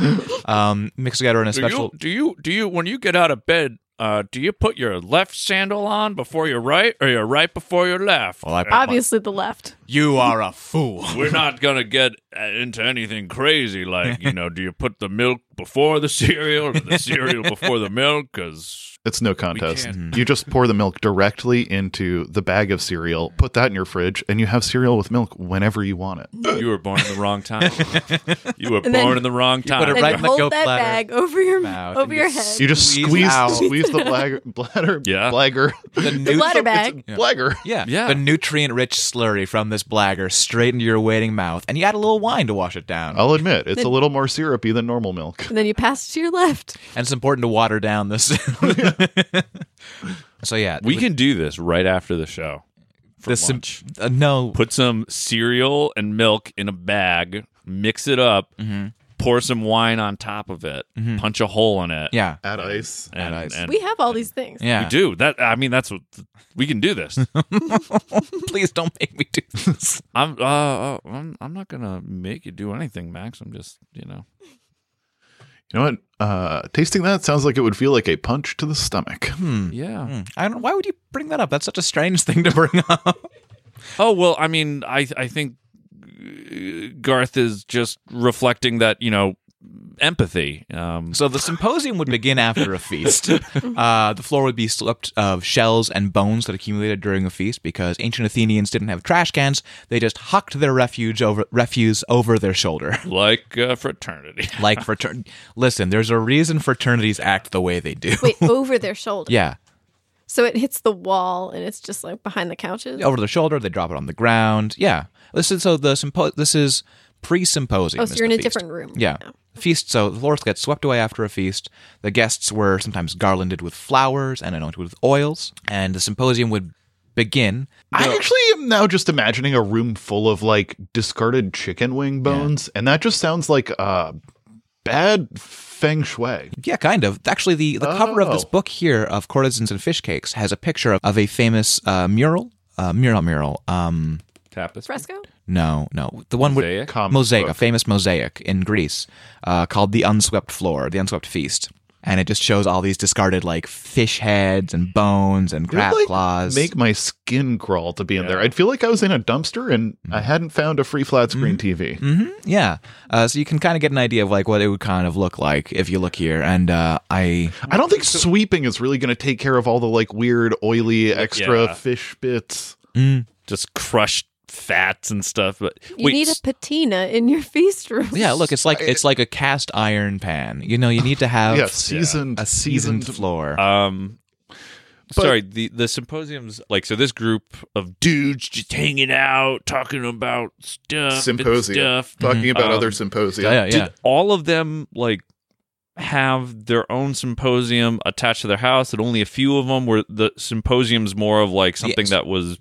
Um, mixed together in a do special. you do you do you when you get out of bed? Uh, do you put your left sandal on before your right, or your right before your left? Well, I- Uh, Obviously, the left. You are a fool. We're not gonna get uh, into anything crazy, like you know, do you put the milk before the cereal or the cereal before the milk? Because It's no contest. can't- You just pour the milk directly into the bag of cereal, put that in your fridge, and you have cereal with milk whenever you want it. you were born in the wrong time. You were And then- born in the wrong put time. it And right in then the goat hold that bladder. bag over your Mouth over and your you head. You just Squeeze squeeze out. squeeze the blag- bladder Yeah. blagger. The the new bladder bag. It's a blagger. Yeah, Yeah. The nutrient-rich slurry from this blagger straight into your waiting mouth, and you add a little wine to wash it down. I'll admit, it's a little more syrupy than normal milk. And then you pass it to your left. and it's important to water down this. so yeah, We can do this right after the show. the sim- uh, no. Put some cereal and milk in a bag, mix it up, Mm-hmm. pour some wine on top of it, punch a hole in it. Yeah, Add ice. and, Nice. and We have all these things. yeah. we do that. I mean, that's what we can do. This. Please don't make me do this. I'm uh, uh I'm I'm not gonna make you do anything, Max. I'm just you know. You know what? Uh, tasting that sounds like it would feel like a punch to the stomach. Mm. Yeah. I don't. Why would you bring that up? That's such a strange thing to bring up. Oh well, I mean, I I think uh, Garth is just reflecting that you know empathy. Um, So the symposium would begin after a feast. Uh, the floor would be swept of shells and bones that accumulated during a feast because ancient Athenians didn't have trash cans. They just hucked their refuge over refuse over their shoulder. like uh, fraternity. Like fratern. Listen, there's a reason fraternities act the way they do. Wait, over their shoulder. Yeah. So it hits the wall and it's just like behind the couches. over their shoulder. They drop it on the ground. Yeah, this is so the sympo- This is pre-symposium. oh, so is you're in the a feast. different room. Yeah. now. Feast, so the floors get swept away after a feast. The guests were sometimes garlanded with flowers and anointed with oils, and the symposium would begin. I actually am now just imagining a room full of like discarded chicken wing bones, and that just sounds like uh, bad feng shui. Yeah, kind of. Actually, the, the cover of this Oh. book here of Courtesans and Fish Cakes has a picture of, of a famous uh, mural. Uh, mural, mural. Um, Tapestry. Fresco? no, no. The one with Mosaic? Comic mosaic, a book. famous mosaic in Greece, uh, called the Unswept Floor, the Unswept Feast, and it just shows all these discarded like fish heads and bones and It would, crab like, claws. Make my skin crawl to be in there. I'd feel like I was in a dumpster and I hadn't found a free flat screen TV. yeah, uh, so you can kind of get an idea of like what it would kind of look like if you look here. And uh, I, I don't think sweeping is really going to take care of all the like weird, oily, extra Yeah. fish bits. mm, Just crushed fats and stuff. But You wait, need a patina in your feast room. yeah, look, it's like it's like a cast iron pan. You know, you need to have yeah, seasoned, uh, a seasoned floor. Um, sorry, the the symposiums like so. This group of dudes just hanging out, talking about stuff, and symposia, stuff. talking about Um, other symposia. yeah, yeah. Did all of them like have their own symposium attached to their house? And only a few of them were the symposiums more of like something Yes. that was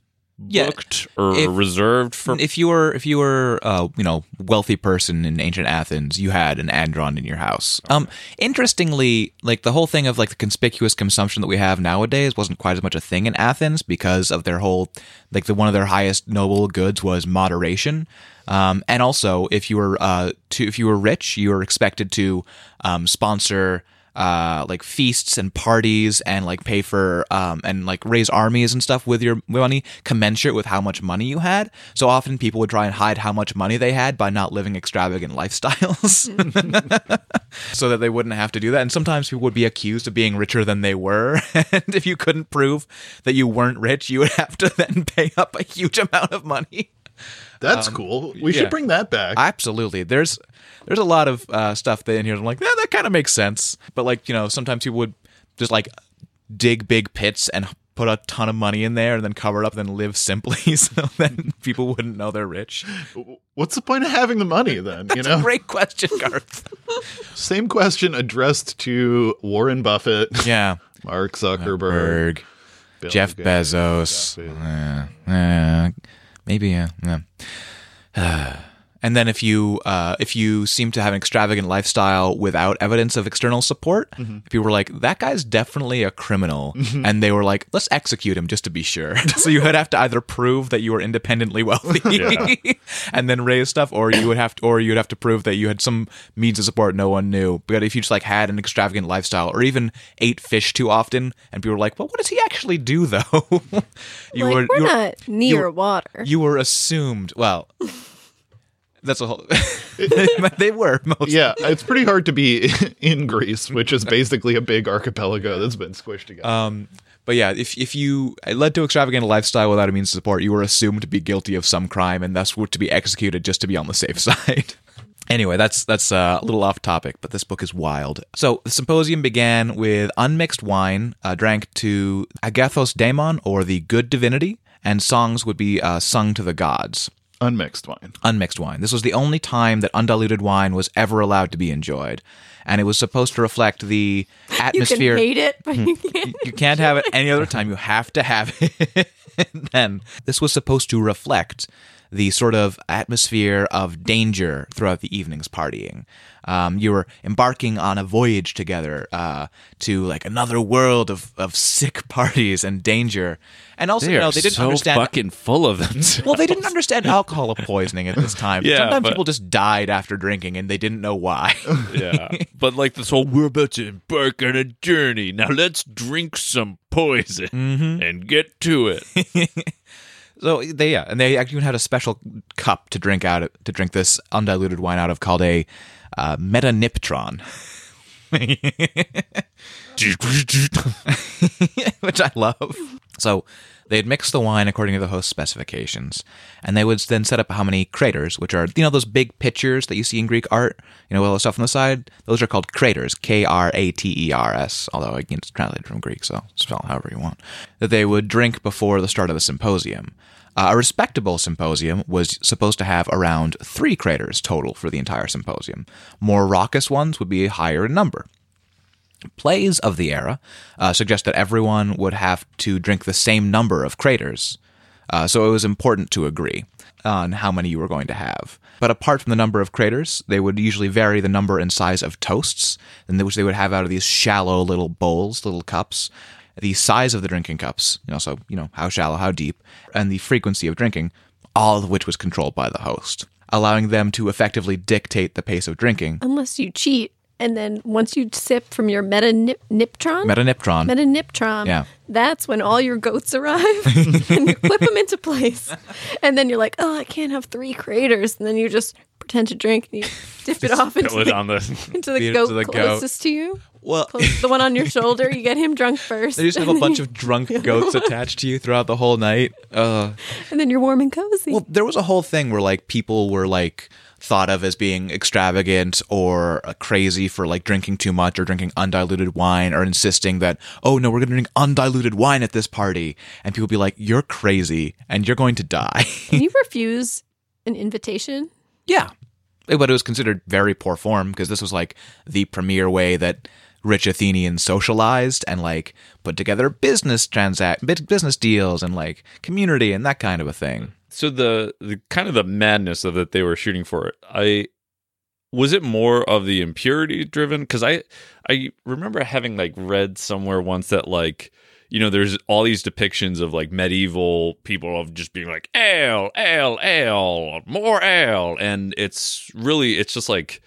Yeah. booked or If- reserved for. if you were if you were uh, you know wealthy person in ancient Athens, you had an andron in your house. Um, interestingly, like the whole thing of like the conspicuous consumption that we have nowadays wasn't quite as much a thing in Athens because of their whole like the one of their highest noble goods was moderation. Um, and also, if you were uh, to, if you were rich, you were expected to um, sponsor uh, like feasts and parties and like pay for um, and like raise armies and stuff with your money commensurate with how much money you had. So often people would try and hide how much money they had by not living extravagant lifestyles so that they wouldn't have to do that. And sometimes people would be accused of being richer than they were. and if you couldn't prove that you weren't rich, you would have to then pay up a huge amount of money. That's cool. We Um, yeah. should bring that back. Absolutely. There's there's a lot of uh, stuff that in here. I'm like, yeah, that kind of makes sense. But like you know, sometimes people would just like dig big pits and put a ton of money in there and then cover it up and then live simply so then people wouldn't know they're rich? What's the point of having the money then? you know, Great question, Garth. same question addressed to Warren Buffett, yeah. Mark Zuckerberg, Berg, Bill Jeff Gates. Bezos. Yeah, yeah, maybe, yeah. yeah. And then if you uh, if you seem to have an extravagant lifestyle without evidence of external support, if people were like, "That guy's definitely a criminal," and they were like, "Let's execute him just to be sure," so you would have to either prove that you were independently wealthy and then raise stuff, or you would have to, or you'd have to prove that you had some means of support no one knew. But if you just like had an extravagant lifestyle, or even ate fish too often, and people were like, "Well, what does he actually do though?" you like, we're not near were- water. you were assumed. Well, that's a whole. they were most. Yeah, it's pretty hard to be in Greece, which is basically a big archipelago that's been squished together. Um, But yeah, if if you it led to extravagant lifestyle without a means of support, you were assumed to be guilty of some crime and thus were to be executed just to be on the safe side. Anyway, that's that's uh, a little off topic, but this book is wild. So the symposium began with unmixed wine uh, drank to Agathos Daemon or the good divinity, and songs would be uh, sung to the gods. Unmixed wine. unmixed wine. This was the only time that undiluted wine was ever allowed to be enjoyed, and it was supposed to reflect the You can atmosphere. Hmm. hate it, but you can't. You can't have it any other time. You have to have it. then this was supposed to reflect the sort of atmosphere of danger throughout the evening's partying. Um, you were embarking on a voyage together uh, to like another world of, of sick parties and danger. And also, They you know, are they didn't so understand fucking full of themselves. well, they didn't understand alcohol poisoning at this time. Yeah, Sometimes but- people just died after drinking and they didn't know why. yeah. But like this whole we're about to embark on a journey. Now let's drink some poison and get to it. so they yeah, and they actually even had a special cup to drink out of, to drink this undiluted wine out of called a uh, metaniptron, which I love. So they had mixed the wine according to the host's specifications, and they would then set up how many craters, which are you know those big pictures that you see in Greek art, you know, with all the stuff on the side. Those are called craters, K R A T E R S. Although again, it's translated from Greek, so spell it however you want. That they would drink before the start of the symposium. Uh, a respectable symposium was supposed to have around three craters total for the entire symposium. More raucous ones would be higher in number plays of the era uh, suggest that everyone would have to drink the same number of craters. Uh, so it was important to agree on how many you were going to have. But apart from the number of craters, they would usually vary the number and size of toasts, and which they would have out of these shallow little bowls, little cups, the size of the drinking cups, you know, so you know how shallow, how deep, and the frequency of drinking, all of which was controlled by the host, allowing them to effectively dictate the pace of drinking. Unless you cheat. And then once you sip from your meta nip- niptron, Metaniptron. metaniptron, Yeah. that's when all your goats arrive and you clip them into place. And then you're like, oh, I can't have three craters. And then you just pretend to drink and you dip it off into Fill it the, on the into the Into goat the goat. closest to you. well, Close, the one on your shoulder, you get him drunk first. They just have and a then bunch you- of drunk goats attached to you throughout the whole night. Uh, And then you're warm and cozy. well, there was a whole thing where like people were like thought of as being extravagant or uh, crazy for like drinking too much or drinking undiluted wine or insisting that oh no we're going to drink undiluted wine at this party and people be like you're crazy and you're going to die. Can you refuse an invitation? yeah. Eh, But it was considered very poor form because this was like the premier way that rich Athenians socialized and like put together business transact business deals and like community and that kind of a thing. so the the kind of the madness of that they were shooting for it i was it more of the impurity driven because i i remember having like read somewhere once that like you know there's all these depictions of like medieval people of just being like ale ale ale more ale and it's really it's just like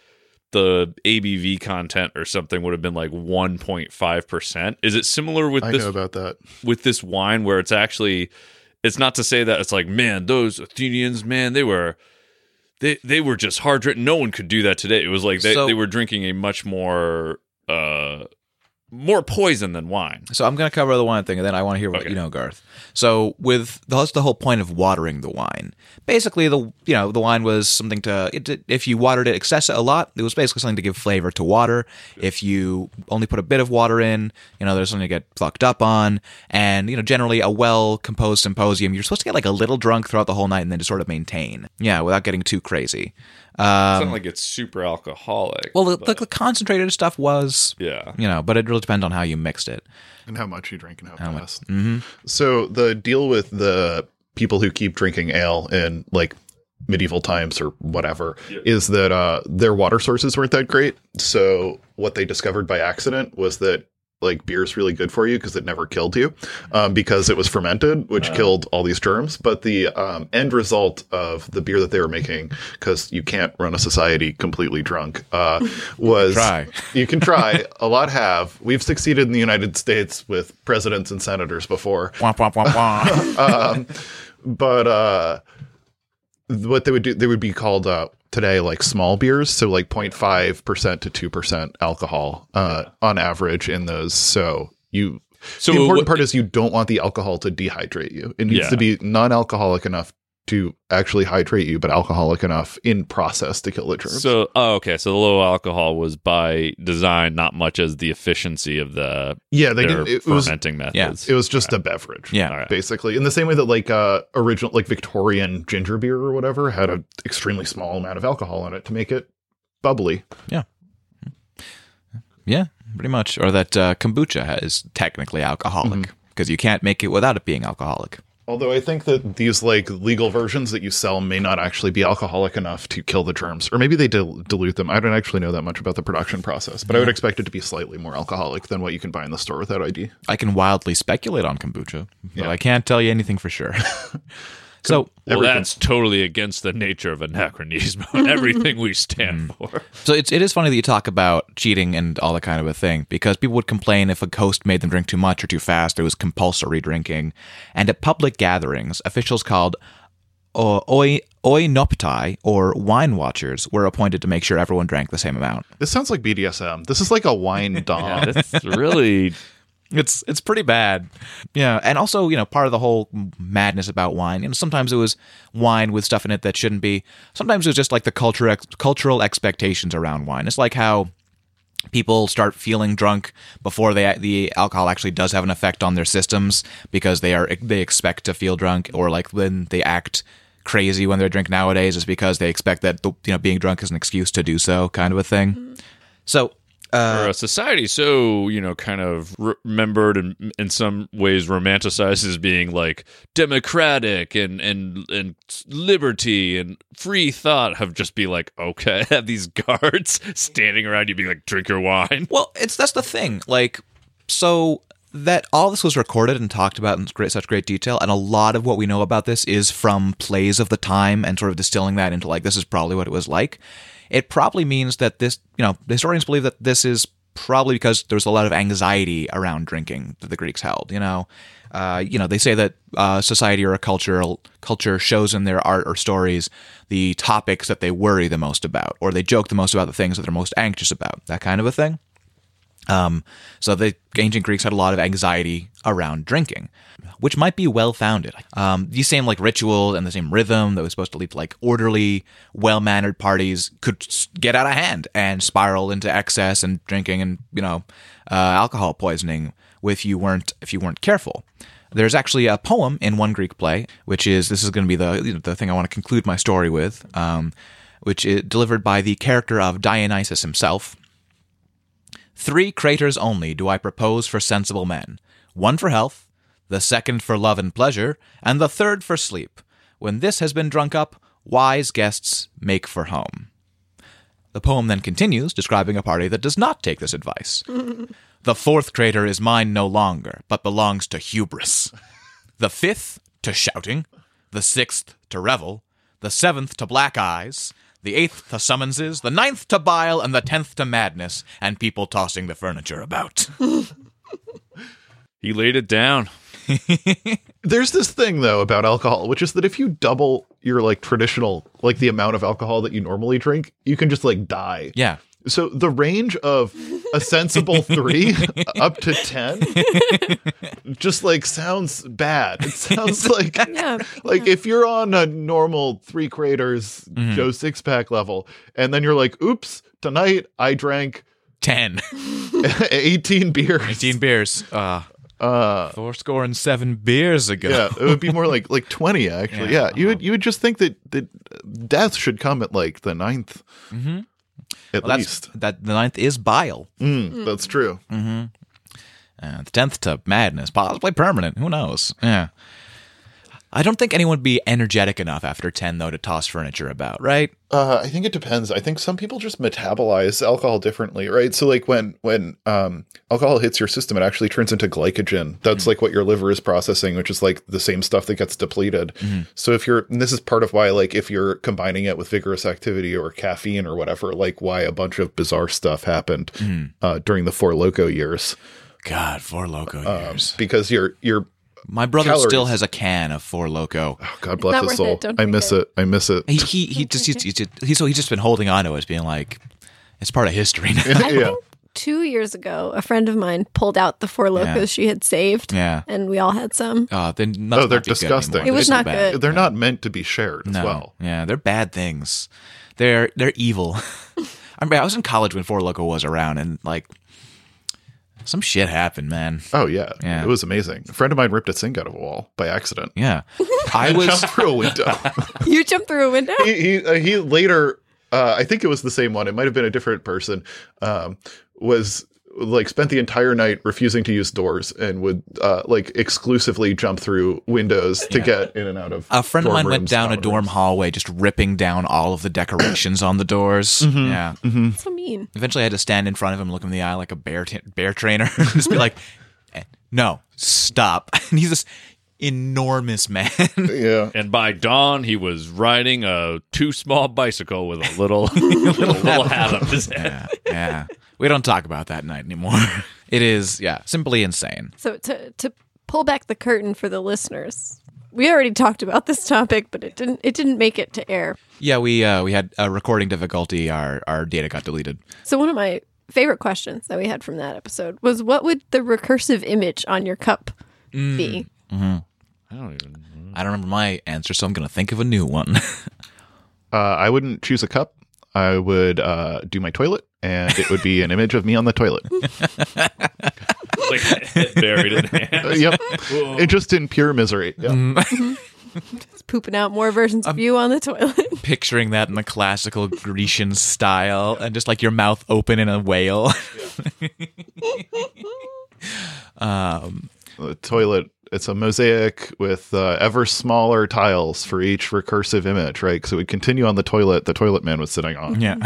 the abv content or something would have been like 1.5% is it similar with I this know about that. with this wine where it's actually it's not to say that it's like man those athenians man they were they they were just hard drinking no one could do that today it was like they, So- they were drinking a much more uh more poison than wine. So I'm going to cover the wine thing, and then I want to hear what Okay. you know, Garth. So with that's the whole point of watering the wine. Basically, the you know the wine was something to it, if you watered it excess a lot, it was basically something to give flavor to water. If you only put a bit of water in, you know, there's something to get fucked up on. And you know, generally a well composed symposium, you're supposed to get like a little drunk throughout the whole night, and then just sort of maintain, yeah, without getting too crazy. it's Um, not like it's super alcoholic. Well, the, but- the, the concentrated stuff was, yeah. you know, but it really depends on how you mixed it. Mm-hmm. and how much you drink and how, fast. So the deal with the people who keep drinking ale in like medieval times or whatever is that uh, their water sources weren't that great. So what they discovered by accident was that like beer is really good for you because it never killed you um, because it was fermented which killed all these germs but the um, end result of the beer that they were making because you can't run a society completely drunk uh, was Try. you can try. A lot have. We've succeeded in the United States with presidents and senators before. Womp, womp, womp, womp. Um, but uh, what they would do, they would be called uh, today like small beers. So like 0.5% to 2% alcohol uh, on average in those. So you. So the important what- part is you don't want the alcohol to dehydrate you. It needs Yeah. to be non-alcoholic enough to actually hydrate you, but alcoholic enough in process to kill the germs. So, oh, okay. So the low alcohol was by design, not much as the efficiency of the yeah, they their did. It was fermenting yeah. methods. It was just a beverage. Yeah. Alright. Basically, in the same way that like uh, original, like Victorian ginger beer or whatever had an extremely small amount of alcohol in it to make it bubbly. Yeah, pretty much. Or that uh, kombucha ha- is technically alcoholic because you can't make it without it being alcoholic. Although I think that these like legal versions that you sell may not actually be alcoholic enough to kill the germs, or maybe they dil- dilute them. I don't actually know that much about the production process, but I would expect it to be slightly more alcoholic than what you can buy in the store without ID. I can wildly speculate on kombucha, but Yeah. I can't tell you anything for sure. so, well, everything- that's totally against the nature of anachronism and everything we stand Mm. for. so it's it is funny that you talk about cheating and all that kind of a thing because people would complain if a host made them drink too much or too fast. It was compulsory drinking, and at public gatherings, officials called uh, oi oinoptai or wine watchers were appointed to make sure everyone drank the same amount. This sounds like BDSM. This is like a wine dom. That's really It's it's pretty bad. Yeah, and also you know part of the whole madness about wine. You know, sometimes it was wine with stuff in it that shouldn't be. Sometimes it was just like the culture ex- cultural expectations around wine. It's like how people start feeling drunk before they the alcohol actually does have an effect on their systems because they are they expect to feel drunk or like when they act crazy when they're drunk nowadays is because they expect that you know being drunk is an excuse to do so kind of a thing. So Uh, for a society so you know kind of re- remembered and in some ways romanticized as being like democratic and and and liberty and free thought have just be like okay have these guards standing around you being like drink your wine Well, it's that's the thing. Like, so that all this was recorded and talked about in great, such great detail, and a lot of what we know about this is from plays of the time and sort of distilling that into like this is probably what it was like. It probably means that this, you know, historians believe that this is probably because there was a lot of anxiety around drinking that the Greeks held. You know, uh, you know, they say that uh, society or a cultural culture shows in their art or stories the topics that they worry the most about, or they joke the most about the things that they're most anxious about, that kind of a thing. Um, so the ancient Greeks had a lot of anxiety around drinking, which might be well founded. Um, these same like rituals and the same rhythm that was supposed to lead to like orderly, well mannered parties could s- get out of hand and spiral into excess and drinking and you know uh, alcohol poisoning if you weren't if you weren't careful. There's actually a poem in one Greek play, which is this is going to be the the thing I want to conclude my story with, um, which is delivered by the character of Dionysus himself. Three craters only do I propose for sensible men one for health, the second for love and pleasure, and the third for sleep. When this has been drunk up, wise guests make for home. The poem then continues, describing a party that does not take this advice. the fourth crater is mine no longer, but belongs to hubris. The fifth to shouting, the sixth to revel, the seventh to black eyes, the eighth to summonses, the ninth to bile, and the tenth to madness, and people tossing the furniture about. he laid it down There's this thing though about alcohol, which is that if you double your like traditional, like the amount of alcohol that you normally drink, you can just like die. yeah. So the range of a sensible three up to 10 just like sounds bad. It sounds like Yeah. like if you're on a normal three craters Mhm. Joe six pack level, and then you're like, oops, tonight I drank 10. 18 beers. 18 beers. Uh, Uh, four score and seven beers ago. yeah, it would be more like like 20 actually. Yeah. Yeah, you would you would just think that that death should come at like the ninth hmm at Well, that's, least. that the ninth is bile. Mm, That's true. Uh, the tenth to madness, possibly permanent. Who knows? Yeah. I don't think anyone would be energetic enough after ten though to toss furniture about, right? Uh, I think it depends. I think some people just metabolize alcohol differently, right? So like when when um, alcohol hits your system, it actually turns into glycogen. Mm-hmm. That's like what your liver is processing, which is like the same stuff that gets depleted. Mm-hmm. So if you're, and this is part of why, like if you're combining it with vigorous activity or caffeine or whatever, like why a bunch of bizarre stuff happened Mm-hmm. uh, during the four loco years, God, four loco years. because you're you're Um, My brother calories. still has a can of four loco. oh, God not bless worth his soul. it. Don't I drink miss it. it. I miss it. He he, he just he's, he's, he's so he's just been holding on to us, being like, it's part of history now. I yeah. think two years ago, a friend of mine pulled out the four Yeah. locos she had saved, Yeah. and we all had some. Uh, then Oh, they're disgusting. It was not good. They're not meant to be shared as No. well. Yeah, they're bad things. They're they're evil. I mean, I was in college when Four Loco was around, and like some shit happened, man. Oh yeah. Yeah. it was amazing. A friend of mine ripped a sink out of a wall by accident. Yeah, I was. Jumped through a window. You jumped through a window. he he, uh, he later, uh, I think it was the same one. It might have been a different person. Um, was like spent the entire night refusing to use doors and would uh, like exclusively jump through windows to get in and out of. A friend of dorm mine went rooms, down a dorm dorm rooms. hallway, just ripping down all of the decorations on the doors. Mm-hmm. Yeah. so mean. Eventually, I had to stand in front of him, look him in the eye like a bear t- bear trainer, just be like, "Eh, "No, stop!" And he's this enormous man. Yeah. And by dawn, he was riding a too small bicycle with a little little, little hat on his head. yeah, yeah. We don't talk about that night anymore. It is, yeah, simply insane. So to to pull back the curtain for the listeners, we already talked about this topic, but it didn't it didn't make it to air. Yeah, we uh, we had a recording difficulty. Our our data got deleted. So one of my favorite questions that we had from that episode was, "What would the recursive image on your cup Mm. be?" I don't even. I don't remember my answer, so I'm gonna think of a new one. Uh, I wouldn't choose a cup. I would uh, do my toilet, and it would be an image of me on the toilet. Like head buried in hand. Uh, yep, and just in pure misery. Yeah. Mm-hmm. Just pooping out more versions Um, of you on the toilet. Picturing that in the classical Grecian style, and just like your mouth open in a whale. the toilet it's a mosaic with uh, ever smaller tiles for each recursive image right so it would continue on the toilet the toilet man was sitting on Yeah,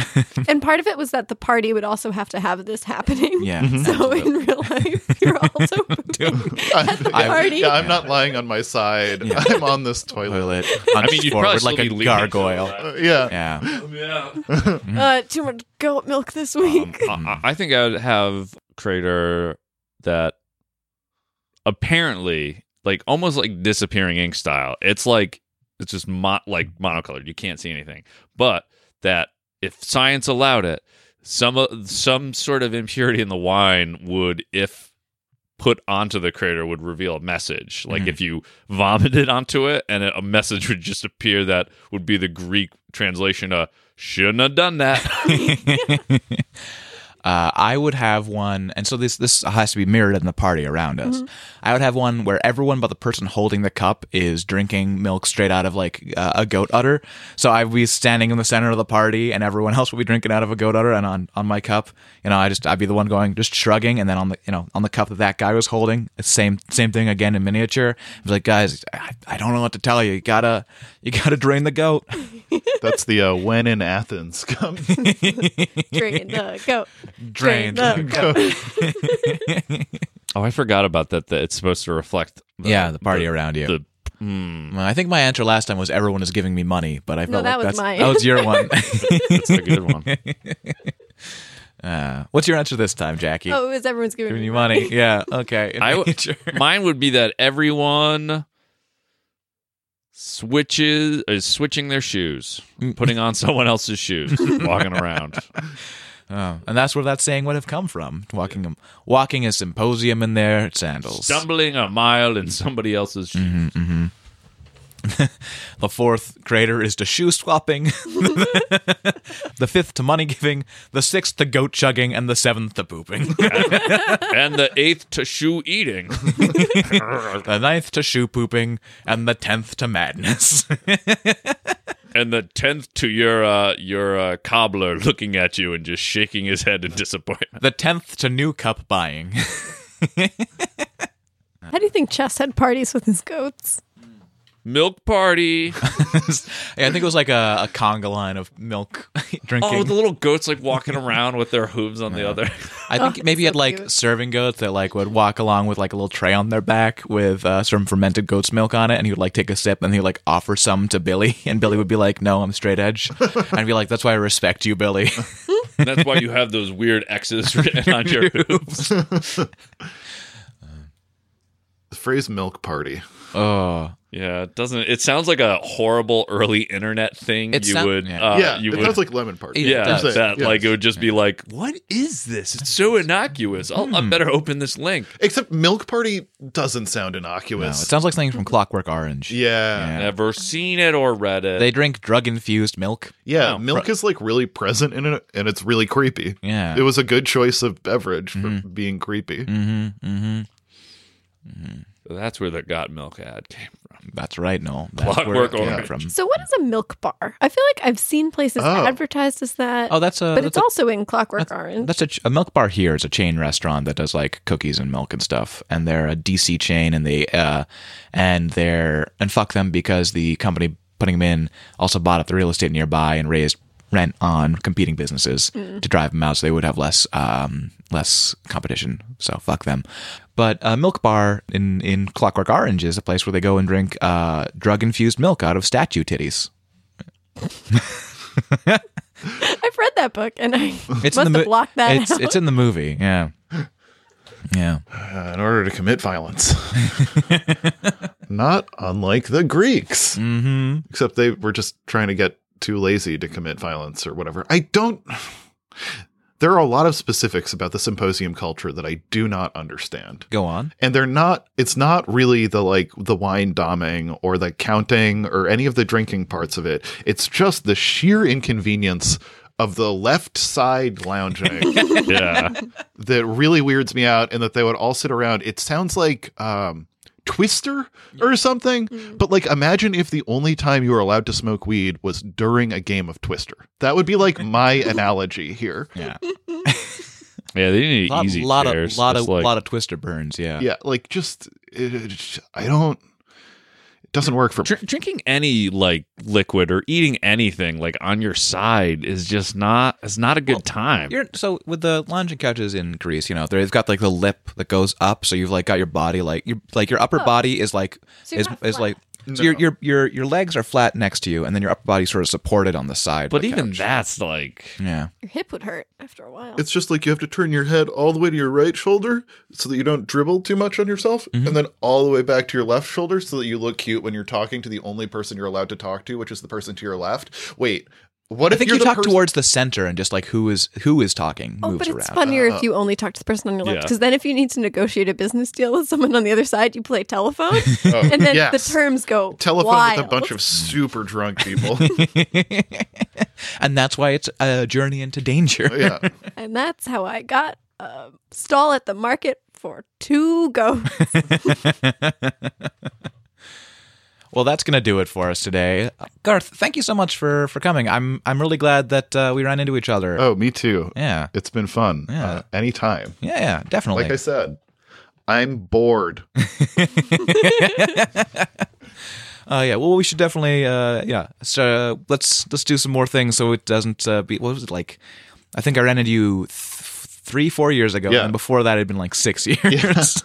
and part of it was that the party would also have to have this happening. yeah. So in real life, you're also pooping at the I- party. yeah i'm not lying on my side i'm on this toilet Toilet I hunched mean, you'd forward probably still like be a leaning gargoyle. Uh, yeah. Yeah, Yeah. uh, too much goat milk this Um, week. Um, I, I think I'd have crater that apparently, like almost like disappearing ink style. It's like it's just mo- like monocolored. You can't see anything. But that if science allowed it, some o- some sort of impurity in the wine would, if put onto the crater, would reveal a message. Like Mhm. if you vomited onto it, and a message would just appear that would be the Greek translation of "shouldn't have done that." Uh, I would have one, and so this this has to be mirrored in the party around us. Mm-hmm. I would have one where everyone but the person holding the cup is drinking milk straight out of like uh, a goat udder. So I'd be standing in the center of the party, and everyone else would be drinking out of a goat udder. And on on my cup, you know, I just I'd be the one going just shrugging, and then on the you know on the cup that that guy was holding, it's same same thing again in miniature. I was like, guys, I, I don't know what to tell you. You gotta you gotta drain the goat. that's the uh, when in athens come Drain the goat. Drain the go. Oh, I forgot about that. That it's supposed to reflect. yeah, the party around you. The, mm, Well, I think my answer last time was everyone is giving me money, but I felt like that was that's, mine. that was your one. that's a good one. uh, what's your answer this time, Jackie? Oh, it was everyone's giving, giving me you money? Yeah. Okay. I w- Sure. Mine would be that everyone Mm. switches is switching their shoes, putting on someone else's shoes, walking around. Oh, and that's where that saying would have come from. Walking a, walking a symposium in their sandals. Stumbling a mile in somebody else's shoes. Mm-hmm. The fourth crater is to shoe swapping. the fifth to money giving. The sixth to goat chugging. And the seventh to pooping. and the eighth to shoe eating. the ninth to shoe pooping. And the tenth to madness. and the tenth to your uh, your uh, cobbler looking at you and just shaking his head in disappointment. the tenth to new cup buying. How do you think Chess had parties with his goats? Milk party. Yeah, I think it was like a, a conga line of milk drinking. Oh, the little goats like walking around with their hooves on the other. I think maybe you had like cute. serving goats that like would walk along with like a little tray on their back with uh, some fermented goat's milk on it, and he would like take a sip and he would like offer some to Billy, and Billy would be like, "No, I'm straight edge," and I'd be like, "That's why I respect you, Billy." And that's why you have those weird X's written on your hooves. The phrase milk party. oh, Yeah, it doesn't. It sounds like a horrible early internet thing. It you sound- would. yeah. Uh, yeah, you it would. sounds like lemon party. Yeah, it yeah, does. that Yeah. like it would just be like, what is this? It's so innocuous. I'll, I better open this link. Except milk party doesn't sound no, it innocuous. sounds like something from Clockwork Orange. yeah. Yeah. Never seen it or read it. They drink drug infused milk. Yeah, Oh, milk is like really present in it, and it's really creepy. Yeah. Mm-hmm. Mm. It was a good choice of beverage for being creepy. That's where the got milk ad came from. That's right, no. That's Clockwork it came Orange. From. So what is a milk bar? I feel like I've seen places Oh. advertised as that. Oh, that's a. but that's it's a- also in Clockwork Orange. That's a, ch- a milk bar here is a chain restaurant that does like cookies and milk and stuff, and they're a DC chain, and they uh, and they're and fuck them because the company putting them in also bought up the real estate nearby and raised rent on competing businesses Hmm. to drive them out, so they would have less um, less competition. So fuck them. But a milk bar in in Clockwork Orange is a place where they go and drink uh, drug infused milk out of statue titties. I've read that book and I It's must in the have mo- blocked that It's out. it's in the movie. Yeah. Yeah. Uh, in order to commit violence. Not unlike the Mm. Greeks. Mm-hmm. Except they were just trying to get too lazy to commit violence or whatever. I don't. There are a lot of specifics about the symposium culture that I do not understand. Go on. and they're not it's not really the like the wine doming or the counting or any of the drinking parts of it it's just the sheer inconvenience of the left side lounging Yeah. that really weirds me out and that they would all sit around it sounds like um twister or something but like imagine if the only time you were allowed to smoke weed was during a game of twister that would be like my analogy here Yeah. Yeah, they need lot, easy lot chairs. of lot of It's like- lot of twister burns. Yeah. yeah like just it, it- i don't it doesn't work for me Dr- drinking any like liquid or eating anything like on your side is just not it's not a good time. You're, so with the lounging couches in Greece, you know they've got like the lip that goes up, so you've like got your body like your like your upper body is like Oh. So you're is, not is flat. like so your your your your legs are flat next to you, and then your upper body sort of supported on the side. of But the even couch. that's like yeah, Your hip would hurt after a while. It's just like you have to turn your head all the way to your right shoulder so that you don't dribble too much on yourself, Mm-hmm. and then all the way back to your left shoulder so that you look cute when you're talking to the only person you're allowed to talk to, which is the person to your left. Wait, what I if think you're you the talk person- towards the center and just like who is who is talking Oh, moves but it's around. funnier if you only talk to the person on your left. Yeah. Because then, if you need to negotiate a business deal with someone on the other side, you play telephone, and then Oh, yes. the terms go telephone wild. with a bunch of super drunk people? and that's why it's a journey into danger. Oh, yeah, And that's how I got a stall at the market for two goats. Well, that's going to do it for us today. Garth, thank you so much for for coming. I'm I'm really glad that uh, we ran into each other. oh, me too. Yeah. It's been fun. Yeah. Uh, anytime, Yeah, yeah, definitely. like I said, I'm bored. Oh yeah. Well, we should definitely uh yeah. So uh, let's let's do some more things so it doesn't uh, be what was it like? I think I ran into you th- 3 4 years ago Yeah. and before that it had been like 6 years.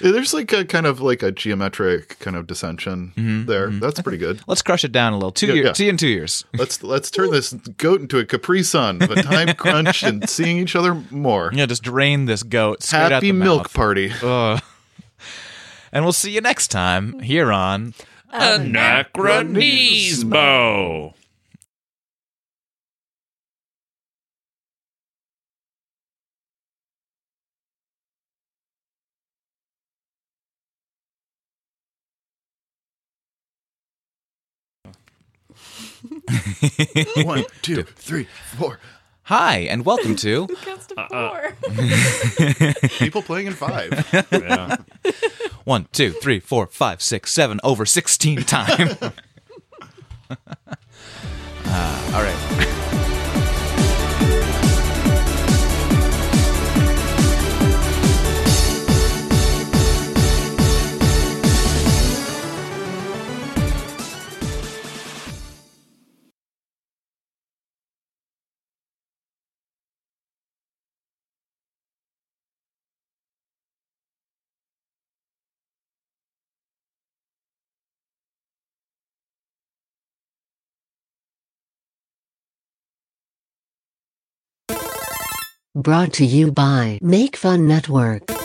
There's like a kind of like a geometric kind of dissension Mm-hmm. there. That's pretty good. let's crush it down a little. 2 years. yeah. See you in 2 years. Let's let's turn this goat into a Capri Sun of a time crunch and seeing each other more. Yeah, just drain this goat straight out the Happy milk mouth. party. And we'll see you next time here on Oh, anachronismo. One, two, three, four. Hi, and welcome to. Counts to four. People playing in five. Yeah. One, two, three, four, five, six, seven, over 16 time. uh, all right. Brought to you by Make Fun Network.